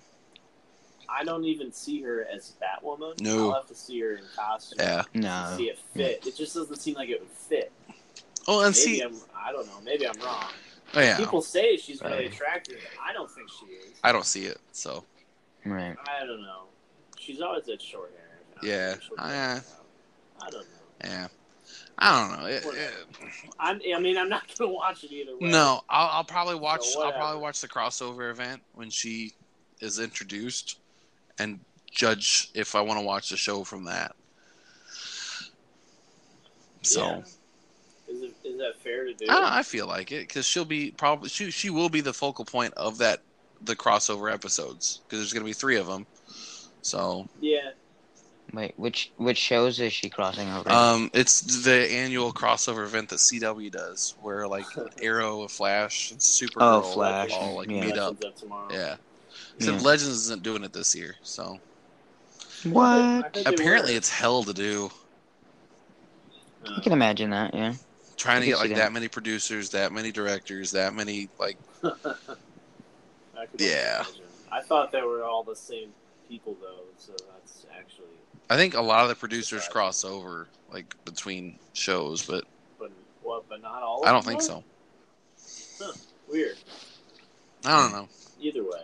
I don't even see her as Batwoman.
No.
I'll have to see her in costume.
Uh, Yeah.
to
No.
See it fit. It just doesn't seem like it would fit.
Oh, and
Maybe
see,
I'm, I don't know. Maybe I'm wrong.
oh, yeah,
People say she's really
Right.
attractive. I don't think she is.
I don't see it. So
Right.
I don't know. She's always had short hair. I don't
Yeah,
think she'll
I-
get it out. I don't know.
yeah, I don't know. It-
Whatever.
it-
I'm, I mean, I'm not gonna watch it either way.
no, I'll, I'll probably watch. I'll
whatever.
probably watch the crossover event when she is introduced, and judge if I want to watch the show from that. So.
Yeah. Is, it, is that fair to do?
I, don't know, I feel like it because she'll be probably she she will be the focal point of that the crossover episodes because there's gonna be three of them. So
yeah.
Wait, which which shows is she crossing over?
um, it's the annual crossover event that CW does where like Arrow, Flash, and Supergirl
Oh, Flash,
all like
yeah.
meet up.
Elections tomorrow.
Yeah, except
Yeah.
Legends isn't doing it this year. So
I
what?
heard they
apparently
were.
it's hell to do
Uh,
I can imagine that. Yeah.
trying to
I can
get
see
like
that.
that many producers, that many directors, that many like
I could
Yeah.
imagine. I thought they were all the same people though, so that's actually.
I think a lot of the producers cross over like between shows, but
But what? But not all. Of
I don't
them
think
were?
so.
Weird.
I
Hmm.
don't know.
Either way.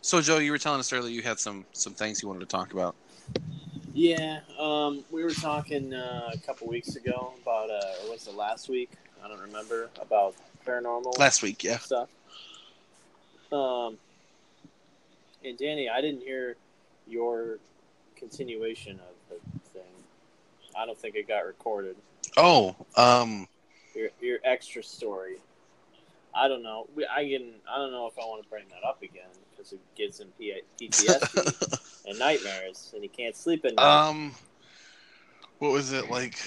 So, Joe, you were telling us earlier you had some some things you wanted to talk about.
Yeah, um, we were talking uh, a couple weeks ago about, uh, or was it last week? I don't remember about paranormal
Last week, yeah.
stuff. Um, and Danny, I didn't hear your continuation of the thing. I don't think it got recorded.
Oh, um,
Your your extra story. I don't know. We, I can. I don't know if I want to bring that up again because it gives him P- PTSD and nightmares, and he can't sleep at night.
um, what was it like?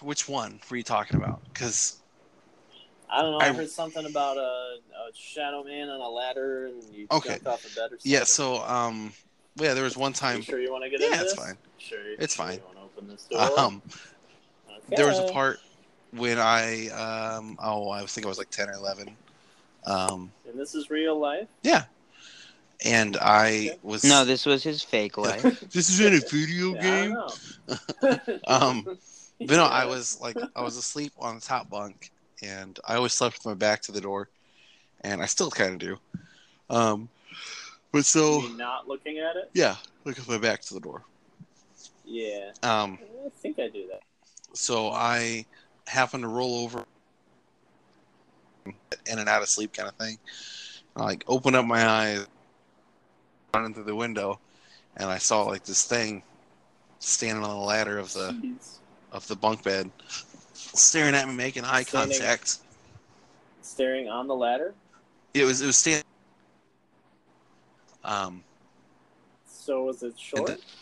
Which one were you talking about? Because
I don't know. I,
I-
heard something about a, a shadow man on a ladder and you
Okay.
jumped off a bed or something.
yeah, so um, yeah, there was one
You
time.
sure you want to get
Yeah,
into
it's
this?
fine.
Sure,
It's
sure
fine.
You want to open this door?
Um,
Okay.
there was a part when I um, oh, I think I was like ten or eleven. Um,
And this is real life.
yeah, and I was
No, this was his fake life.
this is in a video
Yeah,
game.
I don't know.
Um, But no, I
Yeah.
was like, I was asleep on the top bunk, and I always slept with my back to the door, and I still kind of do. Um, but
You
so
mean not looking at it.
yeah, look at my back to the door.
Yeah,
Um,
I think I do that.
so I happened to roll over, in and out of sleep kind of thing. I like open up my eyes, running through the window, and I saw like this thing standing on the ladder of the
Jeez.
of the bunk bed, staring at me, making eye
Standing.
contact.
Staring on the ladder.
It was it was standing. Um,
So was it short?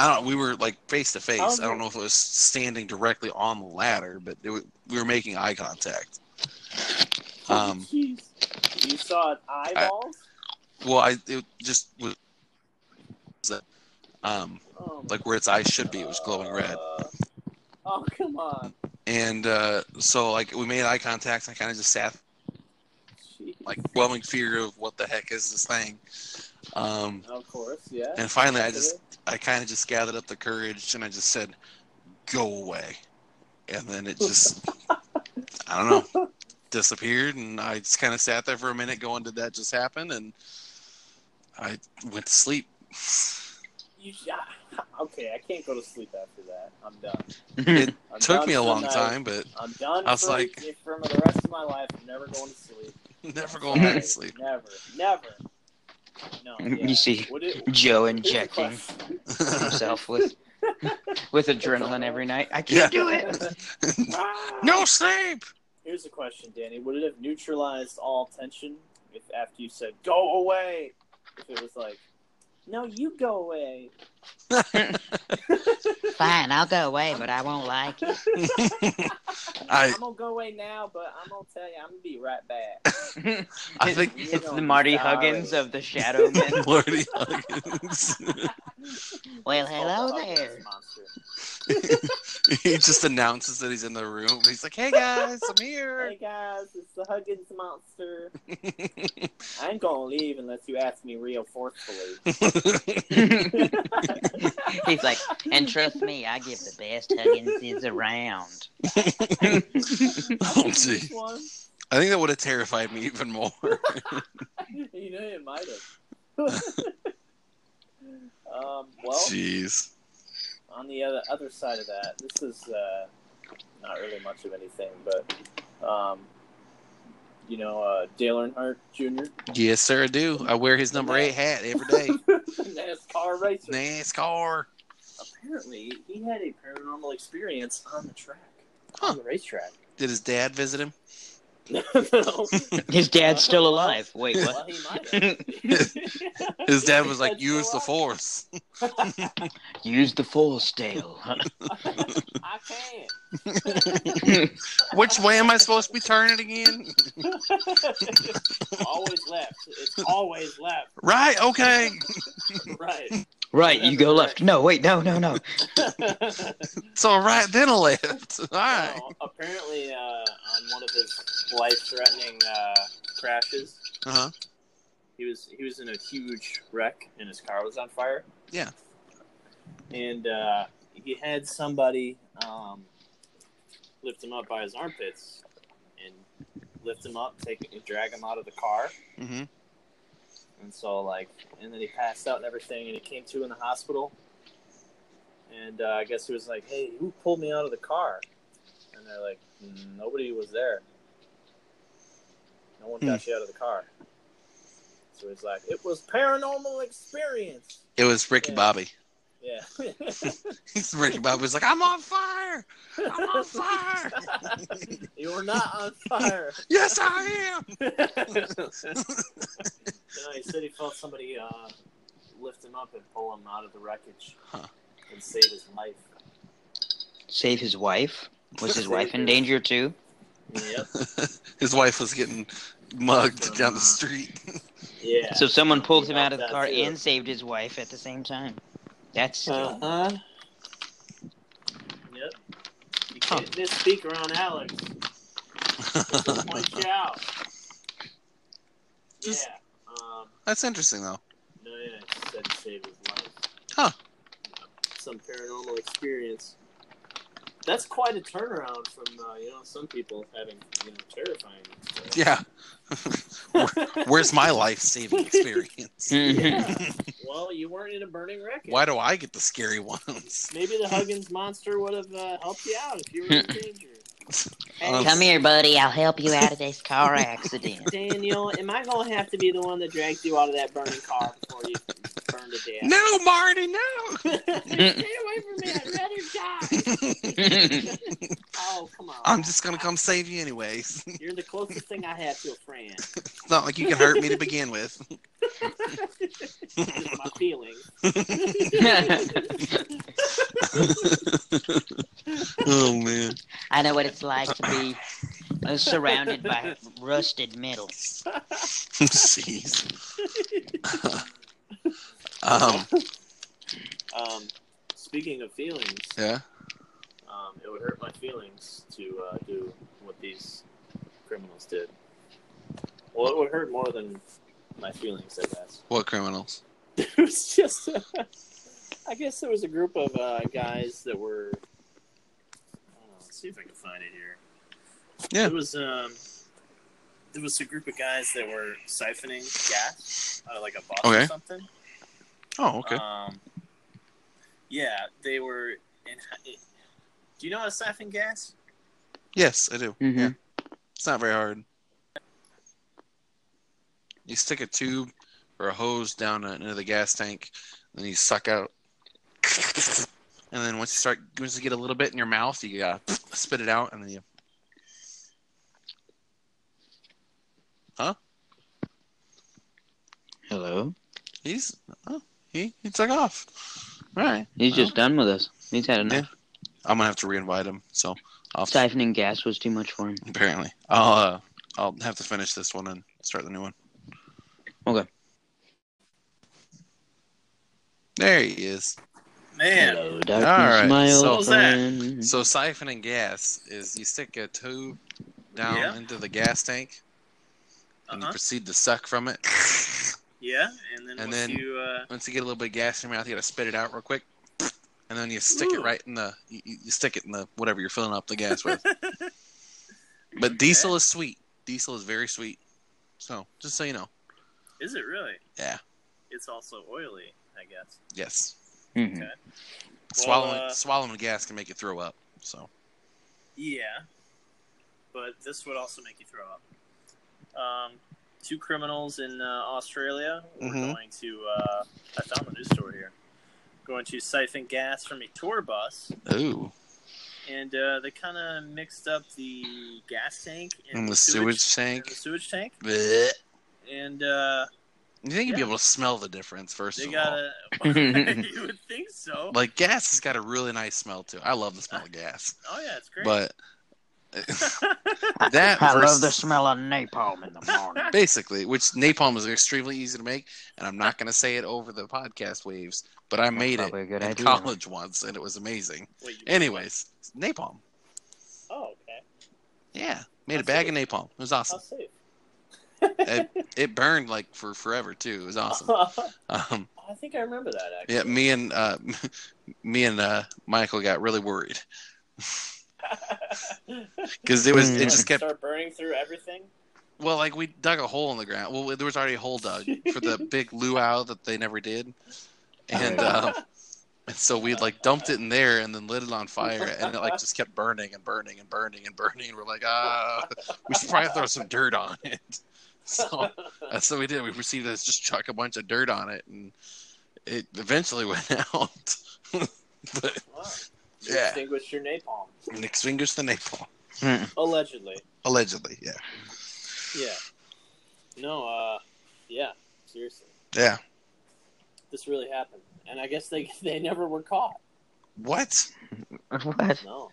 And I don't. We were like face to face.
How's
I don't
it-
know if it was standing directly on the ladder, but it was, we were making eye contact. Um,
Jeez. You saw it eyeballs.
well, I it just was, um,
oh,
like where its eyes should be. It was glowing red,
uh, oh come on.
and uh, so like we made eye contact. And I kind of just sat
Jeez.
like glowing fear of what the heck is this thing. Um,
Of course, yeah.
and finally, I just I kind of just gathered up the courage and I just said, "Go away," and then it just I don't know disappeared, and I just kind of sat there for a minute, going, "Did that just happen?" And I went to sleep.
You, I- okay, I can't go to sleep after that. I'm done.
It
I'm
took
done
me a
for the
long
night.
time, but
I'm done.
I was
for,
like-
the- for the rest of my life, I'm never going to sleep.
never going back to
Sorry,
sleep.
Never, never. No. yeah.
You see
Would it-
Joe
here's the
injecting
question.
himself with with adrenaline every night. I can't do it.
Ah!
no sleep.
Here's a question, Danny. Would it have neutralized all tension if after you said "go away"? If it was like, "No, you go away,"
Fine, I'll go away, but I won't like it.
I,
I-
am gonna go away now, but I'm gonna tell you, I'm gonna be right back.
I think-
it's the Marty Huggins of the Shadow Men.
Marty Huggins.
well,
It's called
hello
the Huggins
there.
Monster.
he just announces that he's in the room. He's like, "Hey guys, I'm here."
Hey guys, it's the Huggins monster. I ain't gonna leave unless you ask me real forcefully.
He's like, and trust me, I give the best Hugginses around.
oh, gee.
One.
I think that would have terrified me even more.
you know, it might have. um, well,
Jeez.
on the other other side of that, this is uh, not really much of anything, but um, you know, uh, Dale Earnhardt Jr.
Yes, sir. I do. I wear his number eight hat every day.
NASCAR racer.
NASCAR.
Apparently, he had a paranormal experience on the track,
Huh.
on the racetrack.
Did his dad visit him?
His dad's still alive. Wait,
Well,
what?
he might have.
His dad was like,
That's
"Use
so
the
odd.
force."
Use the force, Dale.
I can't.
Which way am I supposed to be turning again?
always left. It's always left.
Right. Okay.
Right.
right, you go left. No, wait, no, no, no.
So right then I left. All right.
Well, apparently, uh, on one of his life-threatening uh, crashes,
Uh huh.
he was he was in a huge wreck, and his car was on fire.
Yeah.
And uh, he had somebody um, lift him up by his armpits and lift him up, take drag him out of the car.
Mm-hmm.
And so, like, and then he passed out and everything, and he came to in the hospital. And uh, I guess he was like, hey, who pulled me out of the car? And they're like, "Mm, nobody was there. No one got you out of the car. So he's like, it was paranormal experience.
It was Ricky
Yeah.
Bobby.
Yeah.
Ricky Bobby was like, "I'm on fire. I'm on fire.
you were not on fire.
Yes, I am."
you know, he said he felt somebody uh, lift him up and pull him out of the wreckage
Huh.
and save his life.
Save his wife. Was his wife in danger too?
Yep.
His wife was getting mugged down the street.
Yeah.
So someone pulled him
Yeah,
out of the
that's
car
it.
and saved his wife at the same time. That's
Uh-huh.
huh. Yep. You can't misspeak around Alex. He'll Point you out.
Just-
Yeah. Um,
That's interesting though.
no, yeah, he said to save his life.
Huh.
Some paranormal experience. That's quite a turnaround from uh, you know some people having you know terrifying. experience.
Yeah. Where's my life saving experience?
Mhm.
Well, you weren't in a burning wreckage.
Why do I get the scary ones?
Maybe the Huggins monster would have uh, helped you out if you were in danger.
Um,
Come here, buddy. I'll help you out of this car accident.
Daniel, am I gonna have to be the one that dragged you out of that burning car before you burned to death?
No, Marty, no.
away from me! I'd rather Oh, come on!
I'm just gonna come save you anyways.
You're the closest thing I have to a friend.
It's not like you can hurt me to begin with.
Just my feelings.
oh man.
I know what it's like to be uh, surrounded by rusted metal.
Jeez. um.
Um, speaking of feelings,
Yeah.
um, it would hurt my feelings to uh, do what these criminals did. Well, it would hurt more than my feelings, I guess.
What criminals?
it was just I guess there was a group of uh, guys that were oh, let's see if I can find it here.
Yeah.
It was um there was a group of guys that were siphoning gas out of like a bottle
Okay.
or something.
Oh, okay.
Um yeah, they were in Do you know how to siphon gas?
yes, I do.
Mhm.
Yeah. It's not very hard. You stick a tube or a hose down uh, into the gas tank, and then you suck out. And then once you start, once you get a little bit in your mouth, you uh, spit it out, and then you.
Hello.
He's oh, he he took off. All right.
He's just done with us. He's had enough.
I'm gonna have to re-invite him. So I'll
Siphoning gas was too much for him.
apparently I'll uh, I'll have to finish this one and start the new one.
Okay.
There he is.
Man,
Hello, darkness,
Alright,
my
so-
old
What's that?
friend.
So siphoning gas is you stick a tube down
Yeah.
into the gas tank and you
Uh-huh.
proceed to suck from it.
yeah. And
And
then once
then-
you, uh,
Once you get a little bit of gas in your mouth, you gotta spit it out real quick. And then you stick it
Ooh.
right in the you, you you stick it in the whatever you're filling up the gas with. But diesel is sweet. Diesel is very sweet. So just so you know.
is it really?
Yeah.
It's also oily, I guess.
Yes.
Mhm.
Well,
swallowing
uh,
swallowing gas can make you throw up. So
Yeah. But this would also make you throw up. Um, two criminals in uh, Australia were
Mhm.
going to, uh, I found the news story here, going to siphon gas from a tour bus,
Ooh.
and uh, they kind of mixed up the gas tank and,
And the sewage tank.
and the sewage tank.
Blech.
And uh,
You think you'd be
Yeah.
able to smell the difference first
they
of
got
all.
a. you would think so.
Like gas has got a really nice smell too. I love the smell of gas.
oh, yeah, it's great.
But that
I love
versus-
the smell of napalm in the morning.
basically, which napalm is extremely easy to make, and I'm not going to say it over the podcast waves, but I
That's
made it
probably a good
in
idea.
college once, and it was amazing.
Wait, you-
Anyways, napalm.
Oh, okay.
Yeah, made a
That's
bag
it.
of napalm. It was
How
awesome.
safe.
it, it burned like for forever too. It was awesome. Um,
I think I remember that actually.
yeah, me and uh, me and uh, Michael got really worried because it was it
Mm.
just kept
start burning through everything.
Well, like we dug a hole in the ground. Well, there was already a hole dug for the big luau that they never did, and um, and so we like dumped it in there and then lit it on fire, and it like just kept burning and burning and burning and burning. And we're like, ah, we should probably throw some dirt on it. So that's what we did. We proceeded to just chuck a bunch of dirt on it, and it eventually went out. but
Wow. You
yeah,
Extinguished your napalm.
and extinguished the napalm
Mm.
Allegedly.
allegedly. Yeah,
Yeah. No, uh yeah, seriously.
yeah.
This really happened. And I guess they they never were caught.
What?
what?
No.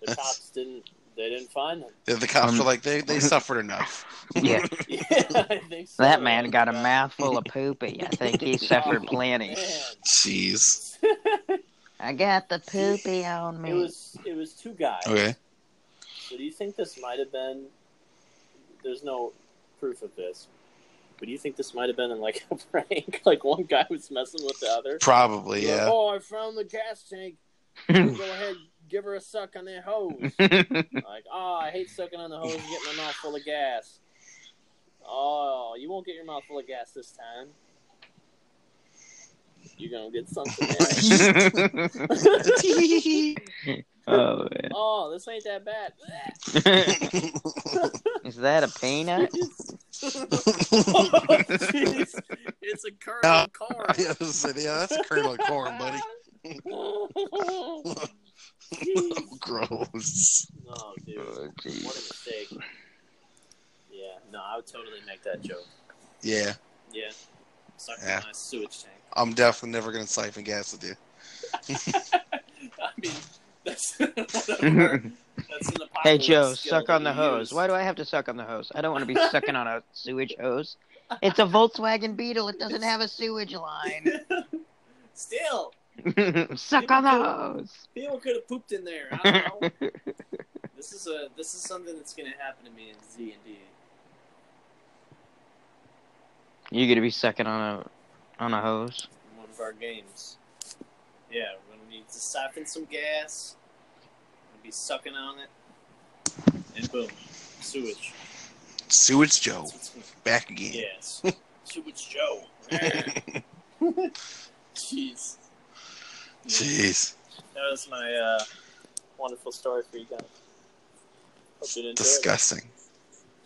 The cops didn't they didn't find them.
The cops
Um,
were like, they they suffered enough.
Yeah,
Yeah, I think so.
that man got a
Uh,
mouthful of poopy. I think he suffered plenty.
Man.
Jeez.
I got the poopy on me.
It was it was two guys.
Okay.
So do you think this might have been? There's no proof of this, but do you think this might have been in like a prank? Like one guy was messing with the other.
Probably,
Like,
yeah.
oh, I found the gas tank. Go ahead, give her a suck on that hose. like, oh, I hate sucking on the hose and getting my mouth full of gas. Oh, you won't get your mouth full of gas this time. You're gonna get something. else.
oh man.
oh, this ain't that bad.
Is that a peanut?
Jeez. it's a kernel
No.
of corn.
yeah, that's a kernel of corn, buddy.
oh,
Gross.
dude. What
Oh,
a
jeez.
mistake. Yeah, no, I would totally make that joke.
Yeah,
Yeah. Suck
Yeah.
my sewage tank.
I'm definitely never gonna siphon gas with you.
I mean, that's, whatever. that's an
Hey
apocalypse
Joe,
skill
suck on
that
the
you
hose.
use.
Why do I have to suck on the hose? I don't want to be sucking on a sewage hose. It's a Volkswagen Beetle. It doesn't have a sewage line.
Still,
suck on the hose.
people could have pooped in there. I don't know. this is a this is something that's gonna happen to me in Z and D.
You're gonna be sucking on a on a hose.
in one of our games. Yeah, we're gonna need to siphon some gas. We'll be sucking on it, and boom, sewage.
Sewage Joe,
That's what's gonna
back again.
Yes, sewage Joe. Jeez, that
Jeez,
was my uh, wonderful story for you guys. Hope you enjoyed.
disgusting.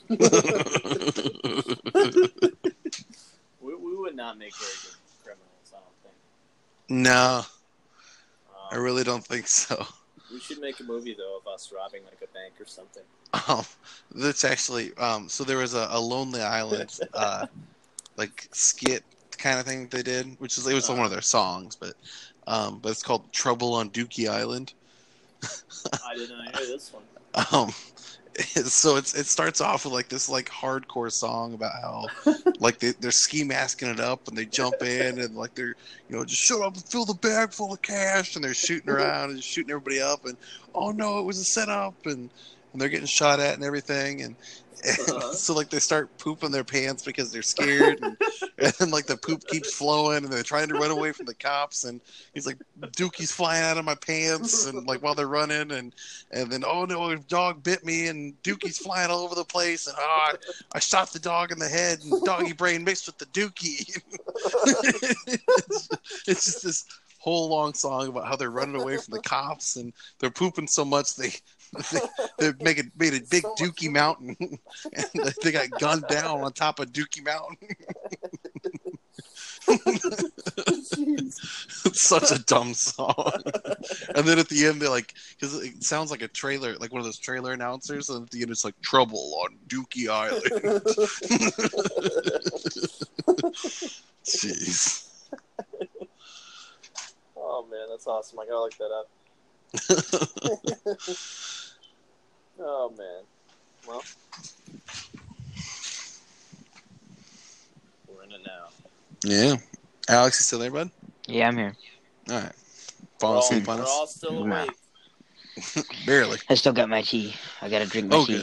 We, we would not make very good criminals, I don't think.
no,
Um,
I really don't think so.
We should make a movie though of us robbing like a bank or something.
Um, that's actually um. So there was a, a Lonely Island, uh, like skit kind of thing they did, which is it was one of their songs, but um, but it's called Trouble on Dookie Island.
I did not hear this one.
Um, so it's it starts off with like this like hardcore song about how like they, they're ski masking it up and they jump in and like they're you know just shut up and fill the bag full of cash and they're shooting around and shooting everybody up and oh no it was a setup and and they're getting shot at and everything and, and
Uh-huh.
so like they start pooping their pants because they're scared and, and like the poop keeps flowing and they're trying to run away from the cops and he's like dookie's flying out of my pants and like while they're running and and then oh no a dog bit me and dookie's flying all over the place and oh I, I shot the dog in the head and doggy brain mixed with the dookie it's, it's just this whole long song about how they're running away from the cops and they're pooping so much they they, they make it made a big
So much
dookie
poop.
mountain and they- they got gunned down on top of dookie mountain
Jeez.
It's such a dumb song. and then at the end, they're like, because it sounds like a trailer, like one of those trailer announcers. And at the end, it's like trouble on Dookie Island. Jeez.
Oh man, that's awesome. I gotta look that up. oh man. Well, we're in it now.
Yeah. Alex, you still there, bud?
Yeah, I'm here.
All right.
we're
Falling
all,
asleep on
we're
us?
all still
Nah.
awake.
Barely.
I still got my tea. I gotta drink my
Oh,
tea.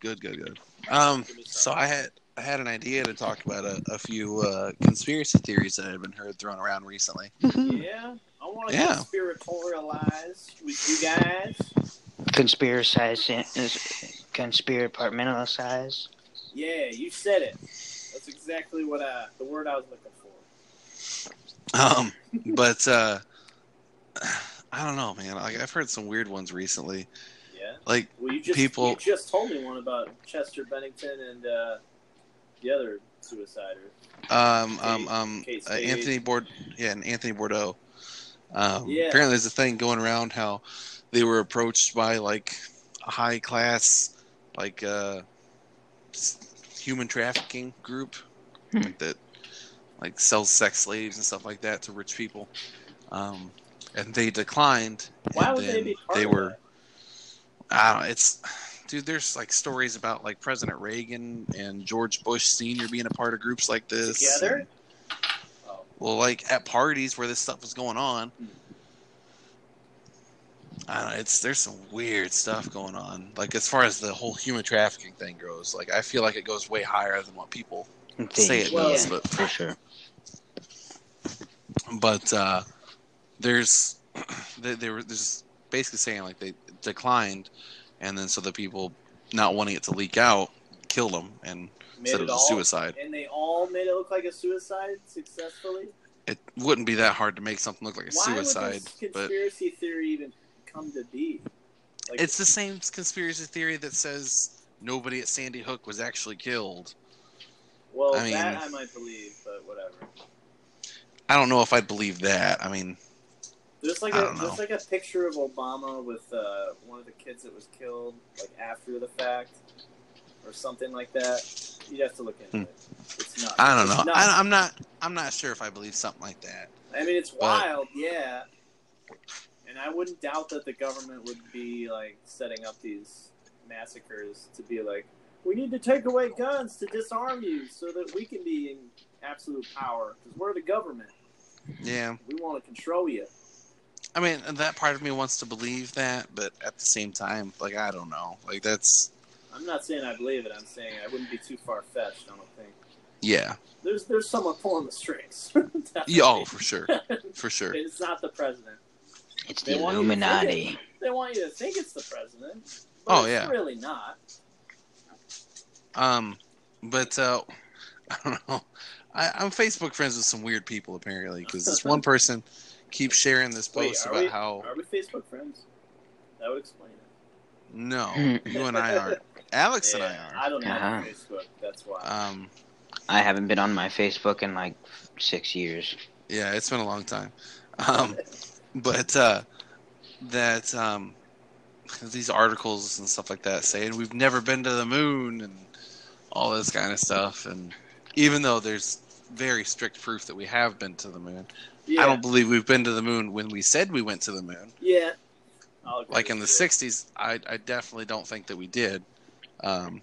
good. Good, good, good. Um,
Give me
so
some.
I had I had an idea to talk about a, a few uh, conspiracy theories that had been heard thrown around recently.
Yeah, I want to
Yeah.
conspiratorialize with you guys.
Conspiracy, conspirapartmentalize.
Yeah, you said it. That's exactly what I, the word I was looking for.
Um, but uh, I don't know, man. Like I've heard some weird ones recently.
Yeah.
Like
Well, you just
People-
you just told me one about Chester Bennington and uh, the other suicider.
um um um
Case
uh,
maybe.
Anthony Board yeah, and Anthony Bordeaux. Um,
Yeah.
Apparently, there's a thing going around how they were approached by like a high class, like uh, s- human trafficking group,
Hmm.
like that, like sells sex slaves and stuff like that to rich people. Um, and they declined.
Why
and
would they
then
be part
They
of
were.
that?
I don't know. It's dude. There's like stories about like President Reagan and George Bush Senior being a part of groups like this.
Together? Oh,
Well, like at parties where this stuff was going on.
Hmm.
I don't know, it's there's some weird stuff going on. Like as far as the whole human trafficking thing goes, like I feel like it goes way higher than what people say it
Well-
does. But
for sure.
but uh, there's they, they were just basically saying like they declined, and then so the people not wanting it to leak out killed them and
made
said
it
it was
all,
a suicide.
and they all made it look like a suicide successfully.
It wouldn't be that hard to make something look like a
Why
suicide,
would this
but
conspiracy theory even come to be? Like,
it's the same conspiracy theory that says nobody at Sandy Hook was actually killed.
well,
I mean-
that I might believe, but whatever.
I don't know if I'd believe that. I mean,
There's like
I
a
don't know.
there's like a picture of Obama with uh, one of the kids that was killed, like after the fact, or something like that. You'd have to look
Hmm.
into it. It's not.
I don't know. I, I'm not. I'm not sure if I believe something like that.
I mean, it's wild, yeah. And I wouldn't doubt that the government would be like setting up these massacres to be like, we need to take away guns to disarm you, so that we can be in absolute power because we're the government.
Yeah.
We want to control you.
I mean, that part of me wants to believe that, but at the same time, like I don't know. Like that's
I'm not saying I believe it. I'm saying I wouldn't be too far fetched. I don't think.
yeah.
There's there's someone pulling the strings.
yeah oh, for sure, for sure.
It's not the president.
It's
They
the
want you to think it.
Illuminati.
They want you to think it's the president. But
Oh,
it's
yeah.
really not.
Um, but uh, I don't know. I, I'm Facebook friends with some weird people apparently because this one person keeps sharing this
Wait,
post
are
about
we-
how
Are we Facebook friends? That would explain it.
no,
Hmm.
you and I aren't. Alex and I
Yeah,
are.
don't have
Uh-huh.
Facebook. That's why.
Um,
I haven't been on my Facebook in like six years.
yeah, it's been a long time. Um, but uh, that um, these articles and stuff like that saying we've never been to the moon and all this kind of stuff, and even though there's very strict proof that we have been to the moon,
Yeah.
I don't believe we've been to the moon when we said we went to the moon.
yeah. I'll agree
Like in the
with you.
'60s, I, I definitely don't think that we did. Um,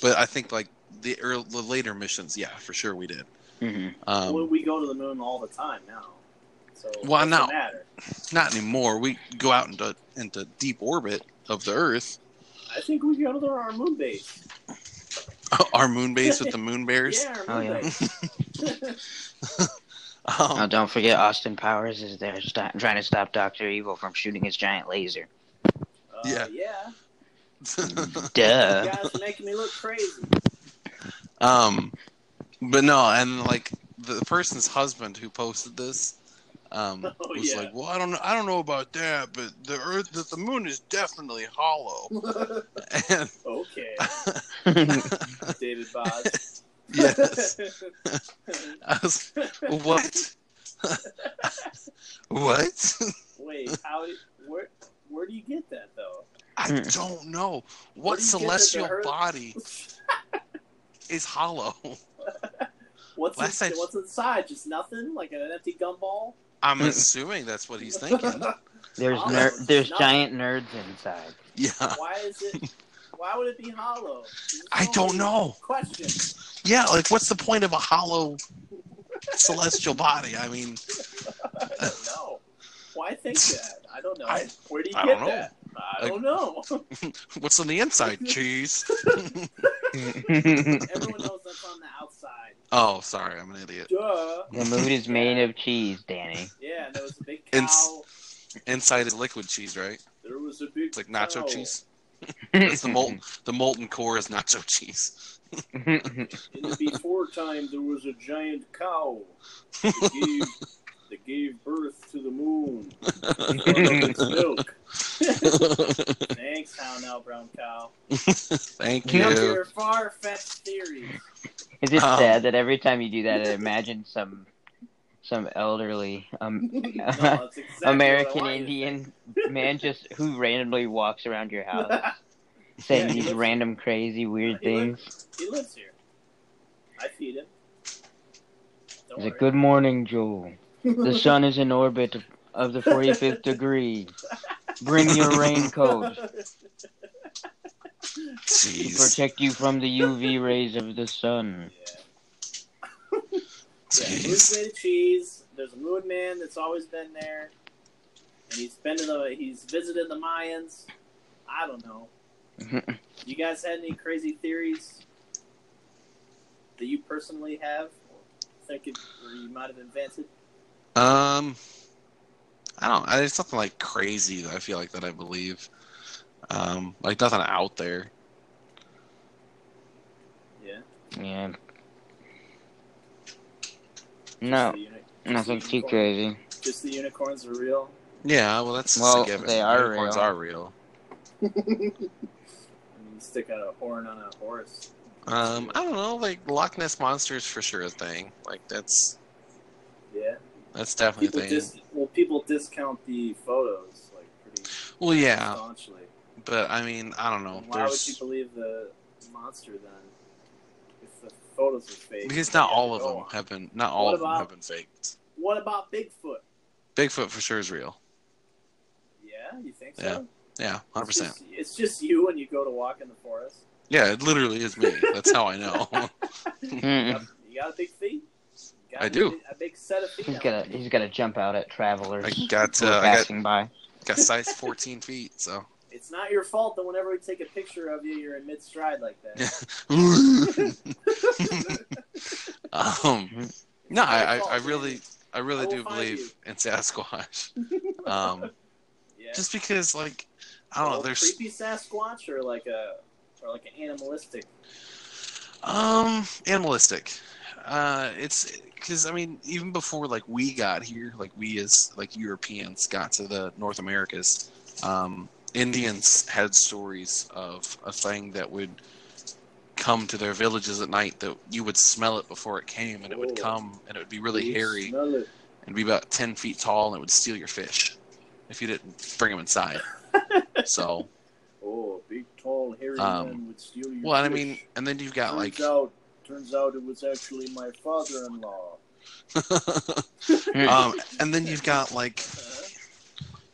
but I think like the early, the later missions, yeah, for sure we did.
Mhm.
Um,
Well, we go to the moon all the time now. So
Well,
it doesn't
now-
matter.
not anymore. We go out into into deep orbit of the Earth,
I think we go to our moon base.
our moon base with the moon bears.
Yeah,
Oh,
our moon
yeah.
base. Uh,
Oh,
Um,
don't forget Austin Powers is there sto- trying to stop Doctor Evil from shooting his giant laser.
Uh,
Yeah.
yeah. You
Duh.
guys are making me look crazy.
um, but no, and like the person's husband who posted this. Um,
Oh,
was
yeah.
like, well, I don't know, I don't know about that, but the Earth, that the Moon is definitely hollow. and
okay,
That's
David Boz.
yes, I was, what? what?
Wait, how? Where? Where do you get that though?
I don't know. What
do you get that the
celestial
Earth-
body is hollow?
What's
Last
in,
I-
what's inside? Just nothing, like an empty gumball.
I'm assuming that's what he's thinking.
There's ner- there's giant nerds inside.
Yeah.
Why is it? Why would it be hollow? There's
I
no
don't know.
Question.
Yeah, like what's the point of a hollow celestial body? I mean,
I don't know. Why think that? I don't know.
I-
Where do you
I
get
don't know.
that? I
Like-
don't know.
what's on the inside? Cheese.
the
Everyone knows that's on the outside.
Oh, sorry, I'm an idiot.
Duh.
moon is made of cheese, Danny.
Yeah, and there was a big cow.
And s- Inside is liquid cheese, right?
There was a big.
It's like nacho
cow.
cheese. It's the molten the molten core is nacho cheese.
In the before time, there was a giant cow that gave, that gave birth to the moon. Out of its milk. Thanks, how now, brown cow.
Thank
Yeah.
Come to
you.
your far-fetched theories.
Is it
Um,
sad that every time you do that, I imagine some some elderly um,
No, that's exactly what I
American
want you to
Indian man just who randomly walks around your
think.
house saying
Yeah, he
these
looks-
random crazy weird
he
things?
he lives here. I feed him. Don't
Is it
worry.
good morning, Joel? The sun is in orbit of the 45th degree. Bring your raincoat to
Jeez.
protect you from the UV rays of the sun.
Yeah. Yeah,
Jeez.
moon's made of cheese. There's a moon man that's always been there, and he's been to the he's visited the Mayans. I don't know. you guys had any crazy theories that you personally have, or think it, or you might have invented?
Um, I don't. I, it's nothing like crazy. that I feel like that I believe. Um, like nothing out there.
Yeah.
Yeah. No,
Just the uni-
nothing too
unicorn-
crazy.
Just the unicorns are real.
Yeah. Well, that's just
Well,
a given.
they are
Unicorns
real.
are real.
I mean, stick a horn on a horse.
Um, I don't know. Like Loch Ness monster is for sure a thing. Like that's
Yeah.
that's definitely
People
a thing.
dis- well, people discount the photos like pretty
Well, yeah,
staunchly.
but I mean, I don't know.
And why would you
There's
believe the monster then? If the photos are fake.
because not all of
Go
them
on.
have been. Not all
What
of them
about-
have been faked.
What about Bigfoot?
Bigfoot for sure is real.
Yeah, you think so?
Yeah, Yeah, hundred
It's
percent.
just, it's just you when you go to walk in the forest.
Yeah, it literally is me. That's how I know.
You
Mm-mm.
got, you got a big feet. You got
Mm. I
a
do.
big- A big set of feet.
He's
out
gonna he's gonna jump out at travelers
I got.
who
Uh,
are
I got
passing by.
got size 14 feet so
there. It's not your fault that whenever we take a picture of you, you're in mid stride like
Yeah.
that.
um no
It's not your
I, I,
fault,
I
man.
really i really
I will
do
find
believe
you.
in sasquatch um
Yeah.
just because like i don't know
A
there's
creepy Sasquatch or like a or like an animalistic.
um animalistic uh it's because i mean even before like we got here like we as like europeans got to the north americas um indians had stories of a thing that would come to their villages at night that you would smell it before it came and it would
Whoa.
come and it would be really
Oh. You
hairy
smell it.
and be about 10 feet tall and it would steal your fish if you didn't bring them inside so
Oh, a big tall hairy
Um,
man would steal your
well and i
fish.
mean and then you've got like
out, turns out it was actually my father-in-law.
um, and then you've got like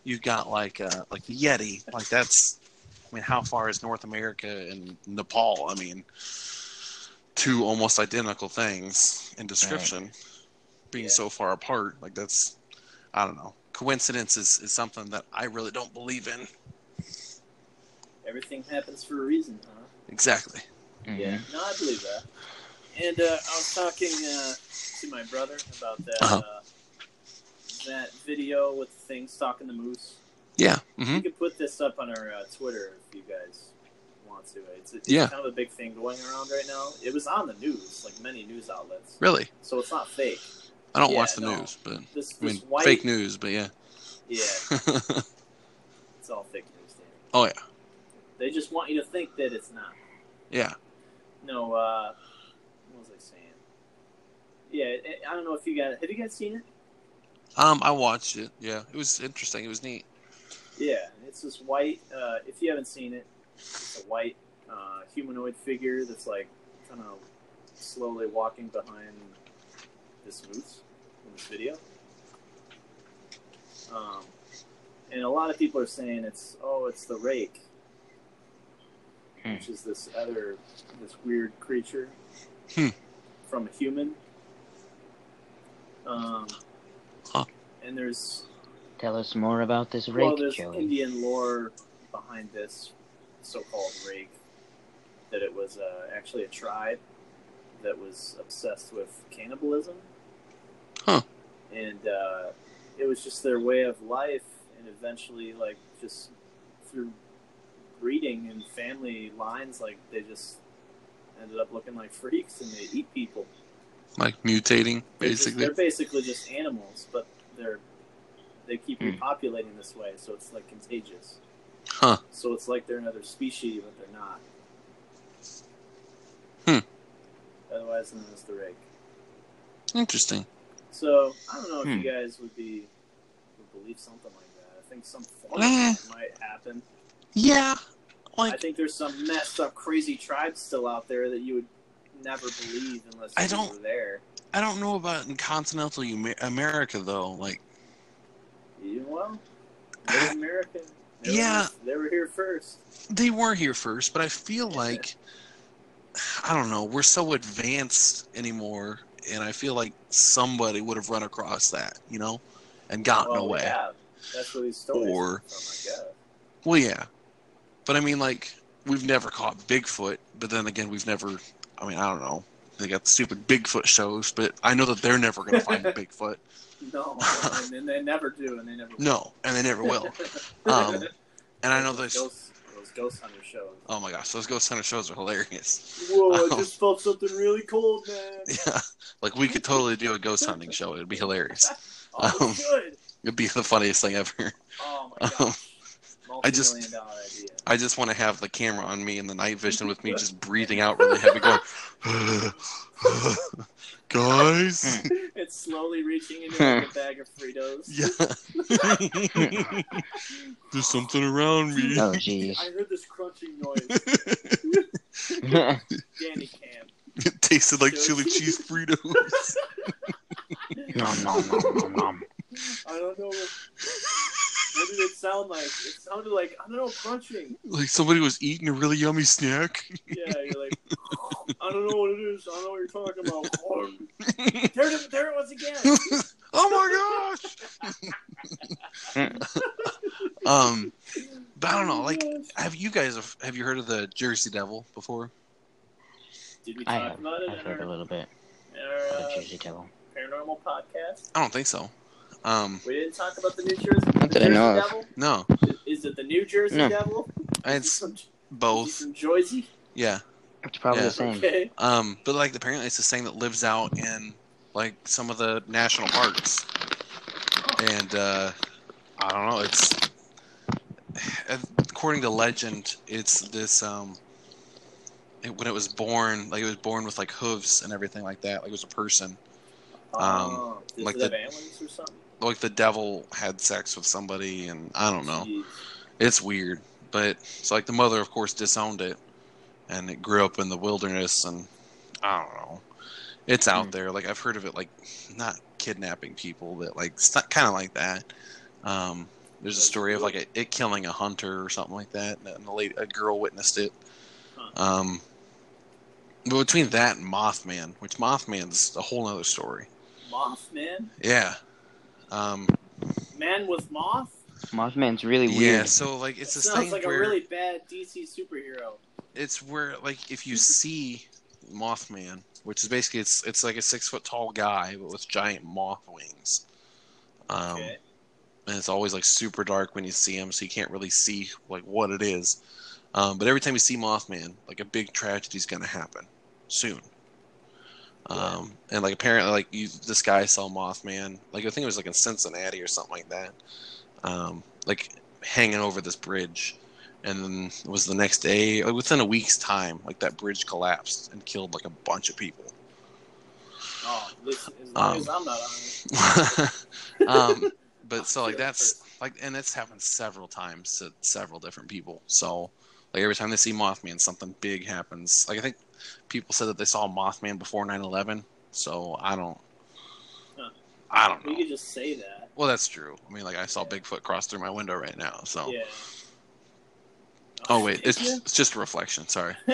you've got like uh, like the Yeti. Like that's, I mean, how far is North America and Nepal? I mean, two almost identical things in description, being
Yeah.
so far apart. Like that's, I don't know. Coincidence is, is something that I really don't believe in.
Everything happens for a reason, huh?
Exactly. Mm-hmm.
Mm-hmm.
Yeah, no, I believe that. And uh, I was talking uh, to my brother about that
Uh-huh.
uh, that video with the thing stalking the moose.
Yeah. hmm
We could put this up on our uh, Twitter if you guys want to. It's, it's
Yeah.
kind of a big thing going around right now. It was on the news, like many news outlets,
Really.
so it's not fake.
I don't
Yeah,
watch the
no.
news, but I
This, this
mean
white,
fake news, but yeah.
yeah, it's all fake news. Danny.
Oh, yeah.
They just want you to think that it's not.
yeah.
No, uh, what was I saying? Yeah, it- I don't know if you guys have you guys seen it.
Um, I watched it. Yeah, it was interesting. It was neat.
Yeah, it's this white. Uh, if you haven't seen it, it's a white uh, humanoid figure that's like kind of slowly walking behind this moose in this video. Um, and a lot of people are saying it's oh, it's the rake,
Hmm.
which is this other this weird creature
Hmm.
from a human. Um,
Huh.
And there's
Tell us more about this
well,
rake,
there's
Joey.
Indian lore behind this so-called rake that it was uh, actually a tribe that was obsessed with cannibalism.
Huh.
And uh, it was just their way of life, and eventually, like just through breeding and family lines, like they just ended up looking like freaks and they eat people.
Like mutating,
They're just-
basically.
they're basically just animals, but they're they keep
Hmm.
repopulating this way, so it's like contagious.
Huh.
So it's like they're another species, but they're not.
Hmm.
Otherwise known as the rake.
Interesting.
So I don't know if
Hmm.
you guys would be would believe something like that. I think some form
Eh.
of it might happen.
Yeah.
I
Like
think there's some messed up, crazy tribes still out there that you would never believe unless
I
you
don't-
were there.
I don't know about in continental Ame- America though. Like
Yeah, well, Native American. They were-
Yeah.
they were here first.
they were here first, but I feel like I don't know. We're so advanced anymore, and I feel like somebody would have run across that, you know, and gotten
well, we
away.
have. That's where these stories.
Uh, Or-
come from, I guess.
Well, yeah, but I mean, like we've never caught Bigfoot, but then again, we've never. I mean, I don't know. They got stupid Bigfoot shows, but I know that they're never going to find Bigfoot.
No, and, then they never do, and they never.
No, and they never will. Um, and I know those.
Those, those ghost hunter shows.
Oh my gosh, those Ghost Hunter shows are hilarious.
Whoa! I
Um,
just felt something really cold, man.
Yeah, like we could totally do a ghost hunting show. It'd be hilarious.
Oh,
um,
good.
It'd be the funniest thing ever.
Oh my
um,
gosh!
I just-
Multi-million dollar idea.
I just want to have the camera on me and the night vision with me just breathing out really heavy, going, guys.
It's slowly reaching into like a bag of Fritos.
Yeah. There's something around me.
Oh, jeez.
I heard this crunching noise. Danny Cam.
It tasted like chili cheese Fritos.
nom, nom, nom, nom, nom.
I don't know. What, what did it sound like? It sounded like I don't know crunching.
like somebody was eating a really yummy snack.
Yeah, you're like, I don't know what it is. I don't know what you're talking about. there, it, there it was again.
oh my gosh. um, but I don't know. Like, have you guys have you heard of the Jersey Devil before?
Did we
I
talk
have.
about it
I've
in
heard
our,
a little bit
in our
of
uh,
Jersey Devil.
paranormal podcast?
I don't think so. Um,
We didn't talk about the New Jersey, the
Not that I
Jersey
know of.
Devil.
no,
Is it the New Jersey
No.
Devil?
it's
From- Is he
both.
from Jersey?
Yeah.
It's probably
Yeah.
the same.
Okay.
Um, but like apparently it's this thing that lives out in like some of the national parks, and uh, I don't know. It's according to legend, it's this um, it, when it was born, like it was born with like hooves and everything like that, like it was a person.
oh, did
Um, like
it have
the-
aliens or something?
Like the devil had sex with somebody, and I don't know.
Jeez.
It's weird, but it's like the mother, of course, disowned it, and it grew up in the wilderness, and I don't know. it's
Hmm.
out there. Like I've heard of it, like not kidnapping people, but like kind of like that. Um, there's a story of like a, it killing a hunter or something like that, and a, lady, a girl witnessed it. Um, but between that and Mothman, which Mothman's a whole other story.
Mothman?
Yeah. Um,
Man with moth?
Mothman's really
yeah.
weird.
So like it's
That
this
sounds
thing
like
where
a really bad DC superhero.
it's where like if you see Mothman, which is basically it's it's like a six foot tall guy but with giant moth wings. Um,
Okay.
and it's always like super dark when you see him, so you can't really see like what it is. Um, but every time you see Mothman, like a big tragedy's going to happen soon. Um, and like apparently, like you, this guy saw Mothman, like I think it was like in Cincinnati or something like that, um, like hanging over this bridge. And then it was the next day, like within a week's time, like that bridge collapsed and killed like a bunch of people.
Oh, this, as long
Um,
as I'm not on it.
um, but so like
Yeah.
that's like and it's happened several times to several different people. So like every time they see Mothman, something big happens. Like I think people said that they saw Mothman before 9/11. So I don't,
Huh.
I don't
We
know.
could just say that.
Well, that's true. I mean, like I saw
Yeah.
Bigfoot cross through my window right now. So
Yeah.
oh wait, it's it's just a reflection. Sorry.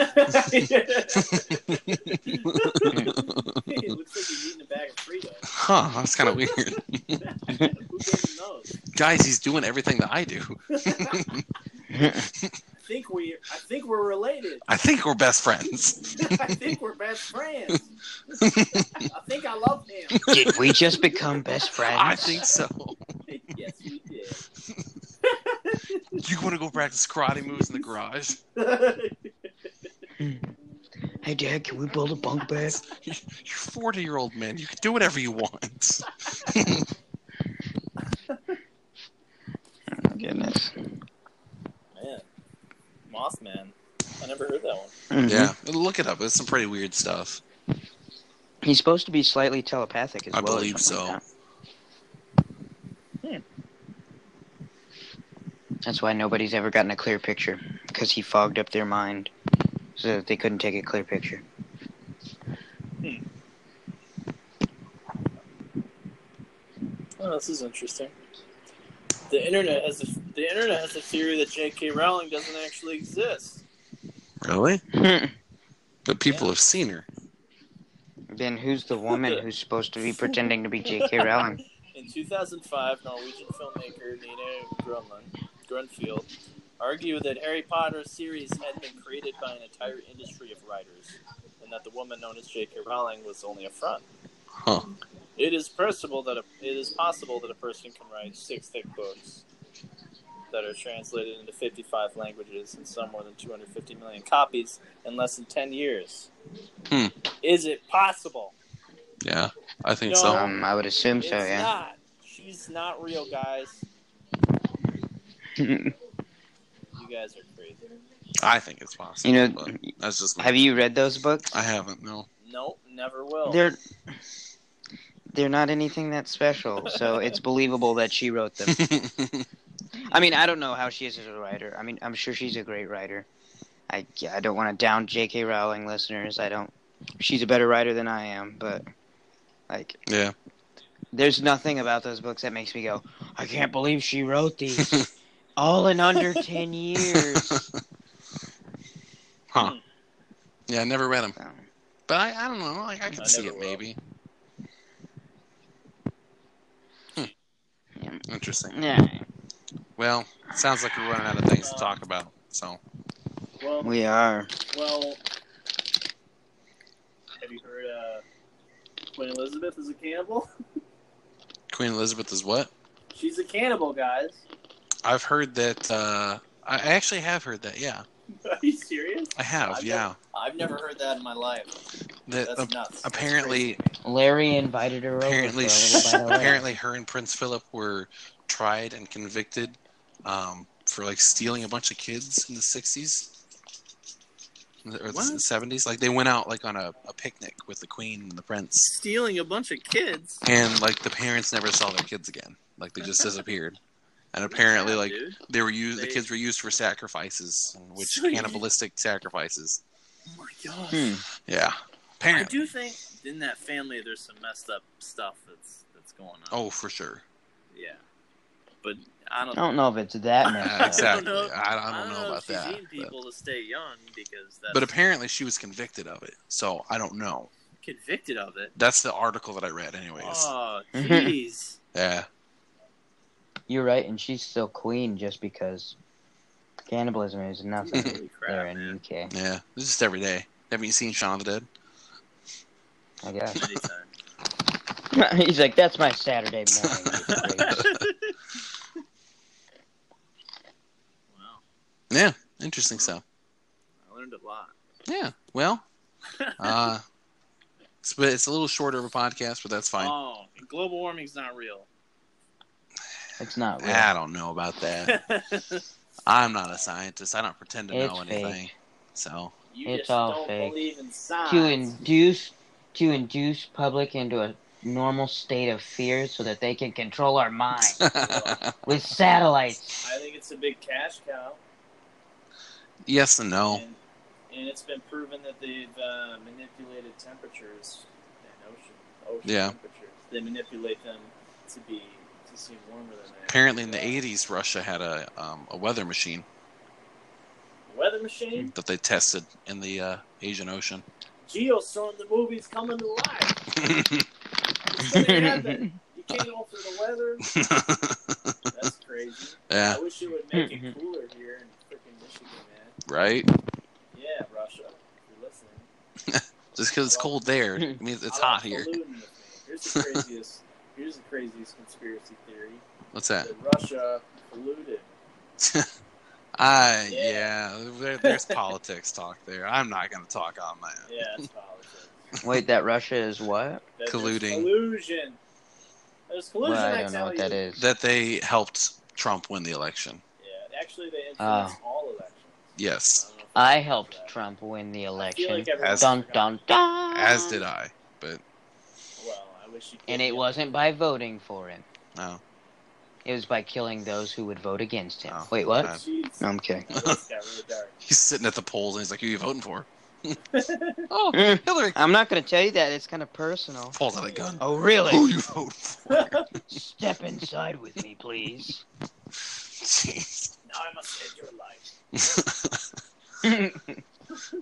it looks like he's eating a bag of Fritos.
Huh? That's kind of weird.
Who doesn't know?
Guys, he's doing everything that I do.
I think we, I think we're related.
I think we're best friends.
I think we're best friends. I think I love him.
Did we just become best friends?
I think so.
yes, we did.
You want to go practice karate moves in the garage?
Hey, Dad, can we build a bunk bed?
You're 40 year old man. You can do whatever you want.
Oh, my goodness.
Man, Mothman. I never heard that one.
Mhm.
Yeah, look it up. It's some pretty weird stuff.
He's supposed to be slightly telepathic as
I
well. or
believe
something like that. Hmm. That's why nobody's ever gotten a clear picture because he fogged up their mind so that they couldn't take a clear picture.
Oh, this is interesting. The internet has the, the internet has the theory that J.K. Rowling doesn't actually exist.
Really?
then
But people have seen her.
who's the woman who's supposed to be pretending to be J.K. Rowling?
In 2005, Norwegian filmmaker Nina Grunlund, Grunfield argued that Harry Potter series had been created by an entire industry of writers, and that the woman known as J.K. Rowling was only a front.
Huh.
It is possible that a, it is possible that a person can write six thick books that are translated into 55 languages and sell more than 250 million copies in less than 10 years.
Hmm.
Is it possible?
Yeah, I think
No.
so.
Um, I would assume
it's
so, yeah.
not. She's not real, guys.
you
You guys are crazy.
I think it's possible.
know,
but that's just.
have you read those books?
I haven't. No.
Nope, never will.
They're they're not anything that special, so it's believable that she wrote them. I mean, I don't know how she is as a writer. I mean, I'm sure she's a great writer. I, I don't want to down J.K. Rowling listeners. I don't. She's a better writer than I am, but like,
yeah.
there's nothing about those books that makes me go, I can't believe she wrote these all in under ten years.
Huh. Yeah, I never read them,
So,
but I, I don't know. Like I
I
can see
never
it
will.
maybe. Hmm. Interesting.
yeah,
Well, sounds like we're running out of things to talk about. So
well,
we are.
well. Have you heard uh, Queen Elizabeth is a cannibal?
Queen Elizabeth is what?
She's a cannibal, guys.
I've heard that. Uh, I I actually have heard that. Yeah,
Are you serious?
I have.
I've
yeah,
I've never heard that in my life.
that
That's
uh,
nuts.
apparently,
Larry invited her over.
apparently,
for a little bite of
apparently, her and Prince Philip were tried and convicted um, for like stealing a bunch of kids in the '60s or the
What?
'70s. Like they went out like on a, a picnic with the Queen and the Prince,
stealing a bunch of kids.
and like the parents never saw their kids again. Like they just disappeared. And apparently, like
Dude.
they were used, the
They-
kids were used for sacrifices, which
So you-
cannibalistic sacrifices.
Oh my gosh.
Hmm.
Yeah,
I
apparently.
do think in that family, there's some messed up stuff that's that's going on.
Oh, for sure.
yeah, but I
I
don't.
don't know if it's that
Yeah,
messed up.
I
exactly.
don't
I
know-
don't know, I don't,
I
know, about
if she's
that.
eating
But,
people to stay young because that's
but apparently she was convicted of it, so I don't know.
convicted of it.
That's the article that I read, anyways.
Oh, jeez.
Yeah.
You're right, and she's still queen just because cannibalism is nothing
Holy crap,
there in
man.
the UK.
Yeah, it's just every day. Haven't you seen Shaun of the Dead?
I guess
Anytime.
he's like, "That's my Saturday morning." you freaks."
wow,
Yeah, interesting
Mm-hmm.
stuff.
I learned a lot.
Yeah, well, uh, it's, but it's a little shorter of a podcast, but that's fine.
Oh, global warming's not real.
it's not real.
I don't know about that. I'm not a scientist. I don't pretend to
It's
know
fake.
anything. So
you
It's
just
all
don't
fake.
believe in science.
to induce to induce public into a normal state of fear so that they can control our mind with satellites.
I think it's a big cash cow.
yes and no.
And, and it's been proven that they've uh, manipulated temperatures and ocean, ocean
Yeah.
temperatures. They manipulate them to be to seem warmer than Uh, they
Apparently, in the
actually are.
'80s, Russia had a um, a weather machine
Weather machine,
that they tested in the uh, Asian Ocean.
Geosun, the movie's coming to life. It's gonna happen. you can't alter the weather. That's crazy.
yeah,
I wish it would make it cooler here in freaking Michigan, man.
right.
Yeah, Russia, if you're listening.
Just because it's cold there, it means it's
I'll
hot here.
balloon with me. Here's the craziest. here's the craziest conspiracy theory
What's that?
that Russia colluded.
I
Yeah.
Ah, yeah. there, there's politics talk there. I'm not gonna talk on my
Yeah, that's politics.
Wait, that Russia is what?
That there's
Colluding.
Collusion. There's collusion.
Well, I
I
don't know
tell
what that
you.
is.
that they helped Trump win the election.
Yeah, actually, they
Ah.
influence all elections.
Yes,
don't know if you
I
know
helped
that.
Trump win the
I feel
election.
Like everyone
As-
Dun
forgot.
dun dun.
as did I. But
Well, I wish you. could
And
get-
it wasn't by voting for him.
no,
It was by killing those who would vote against him.
Oh,
Wait, what?
God.
Jeez.
No, I'm kidding.
Now this got really dark.
he's sitting at the polls and he's like, "Who you voting for?" oh, Hillary
Mm. I'm not going to tell you that. It's kind of personal.
pulls out a gun.
Oh, really?
Who you voting for?
Step inside with me, please.
Jeez,
Now I must save your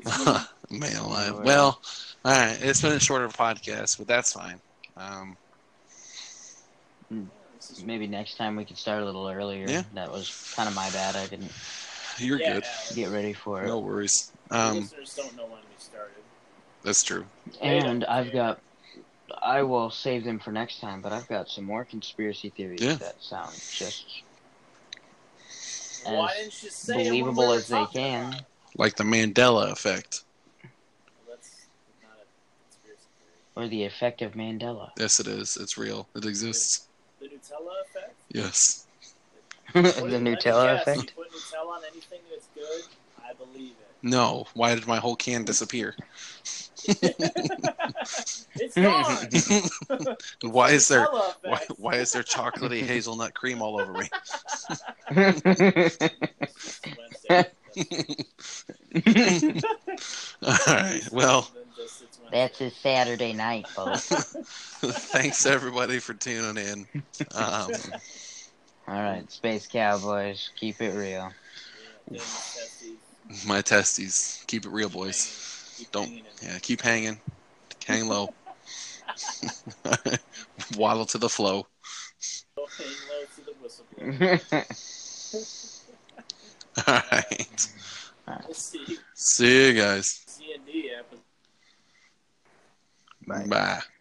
life.
man alive.
Oh, yeah.
Well, all right. It's been a shorter podcast, but that's fine. Um,
Yeah, this is-
Maybe next time we could start a little earlier.
Yeah.
That was kind of my bad. I didn't
you're
yeah,
good.
Alex,
get ready for it.
No worries.
the
Um,
listeners don't know when we started.
that's true.
And I've got. I will save them for next time, but I've got some more conspiracy theories
Yeah.
that sound just
Why
as
didn't you say it when we
believable
were
as they
talking
can.
about it?
Like the Mandela effect.
Well, that's not a conspiracy theory.
Or the effect of Mandela.
Yes, it is. It's real. It exists.
The Nutella effect?
Yes.
the
What is- let me
Nutella
guess,
effect.
You put Nutella on anything that's good, I believe
No. Why did my whole can disappear?
it. it's gone.
why is there
Nutella
why,
effect.
why is there chocolatey hazelnut cream all over me?
It's Wednesday.
All right. Well,
Then just it's Wednesday.
That's a Saturday night, folks.
thanks everybody for tuning in. Um,
All right, Space Cowboys, keep it real.
Yeah, Dennis has these-
my testes. Keep it real, boys.
Keep
Don't-
hanging in there.
Yeah, keep hanging. Hang low. Waddle to the flow.
Don't hang low to the whistleblower.
All
All right.
We'll see.
See you guys.
C and D happens.
Bye.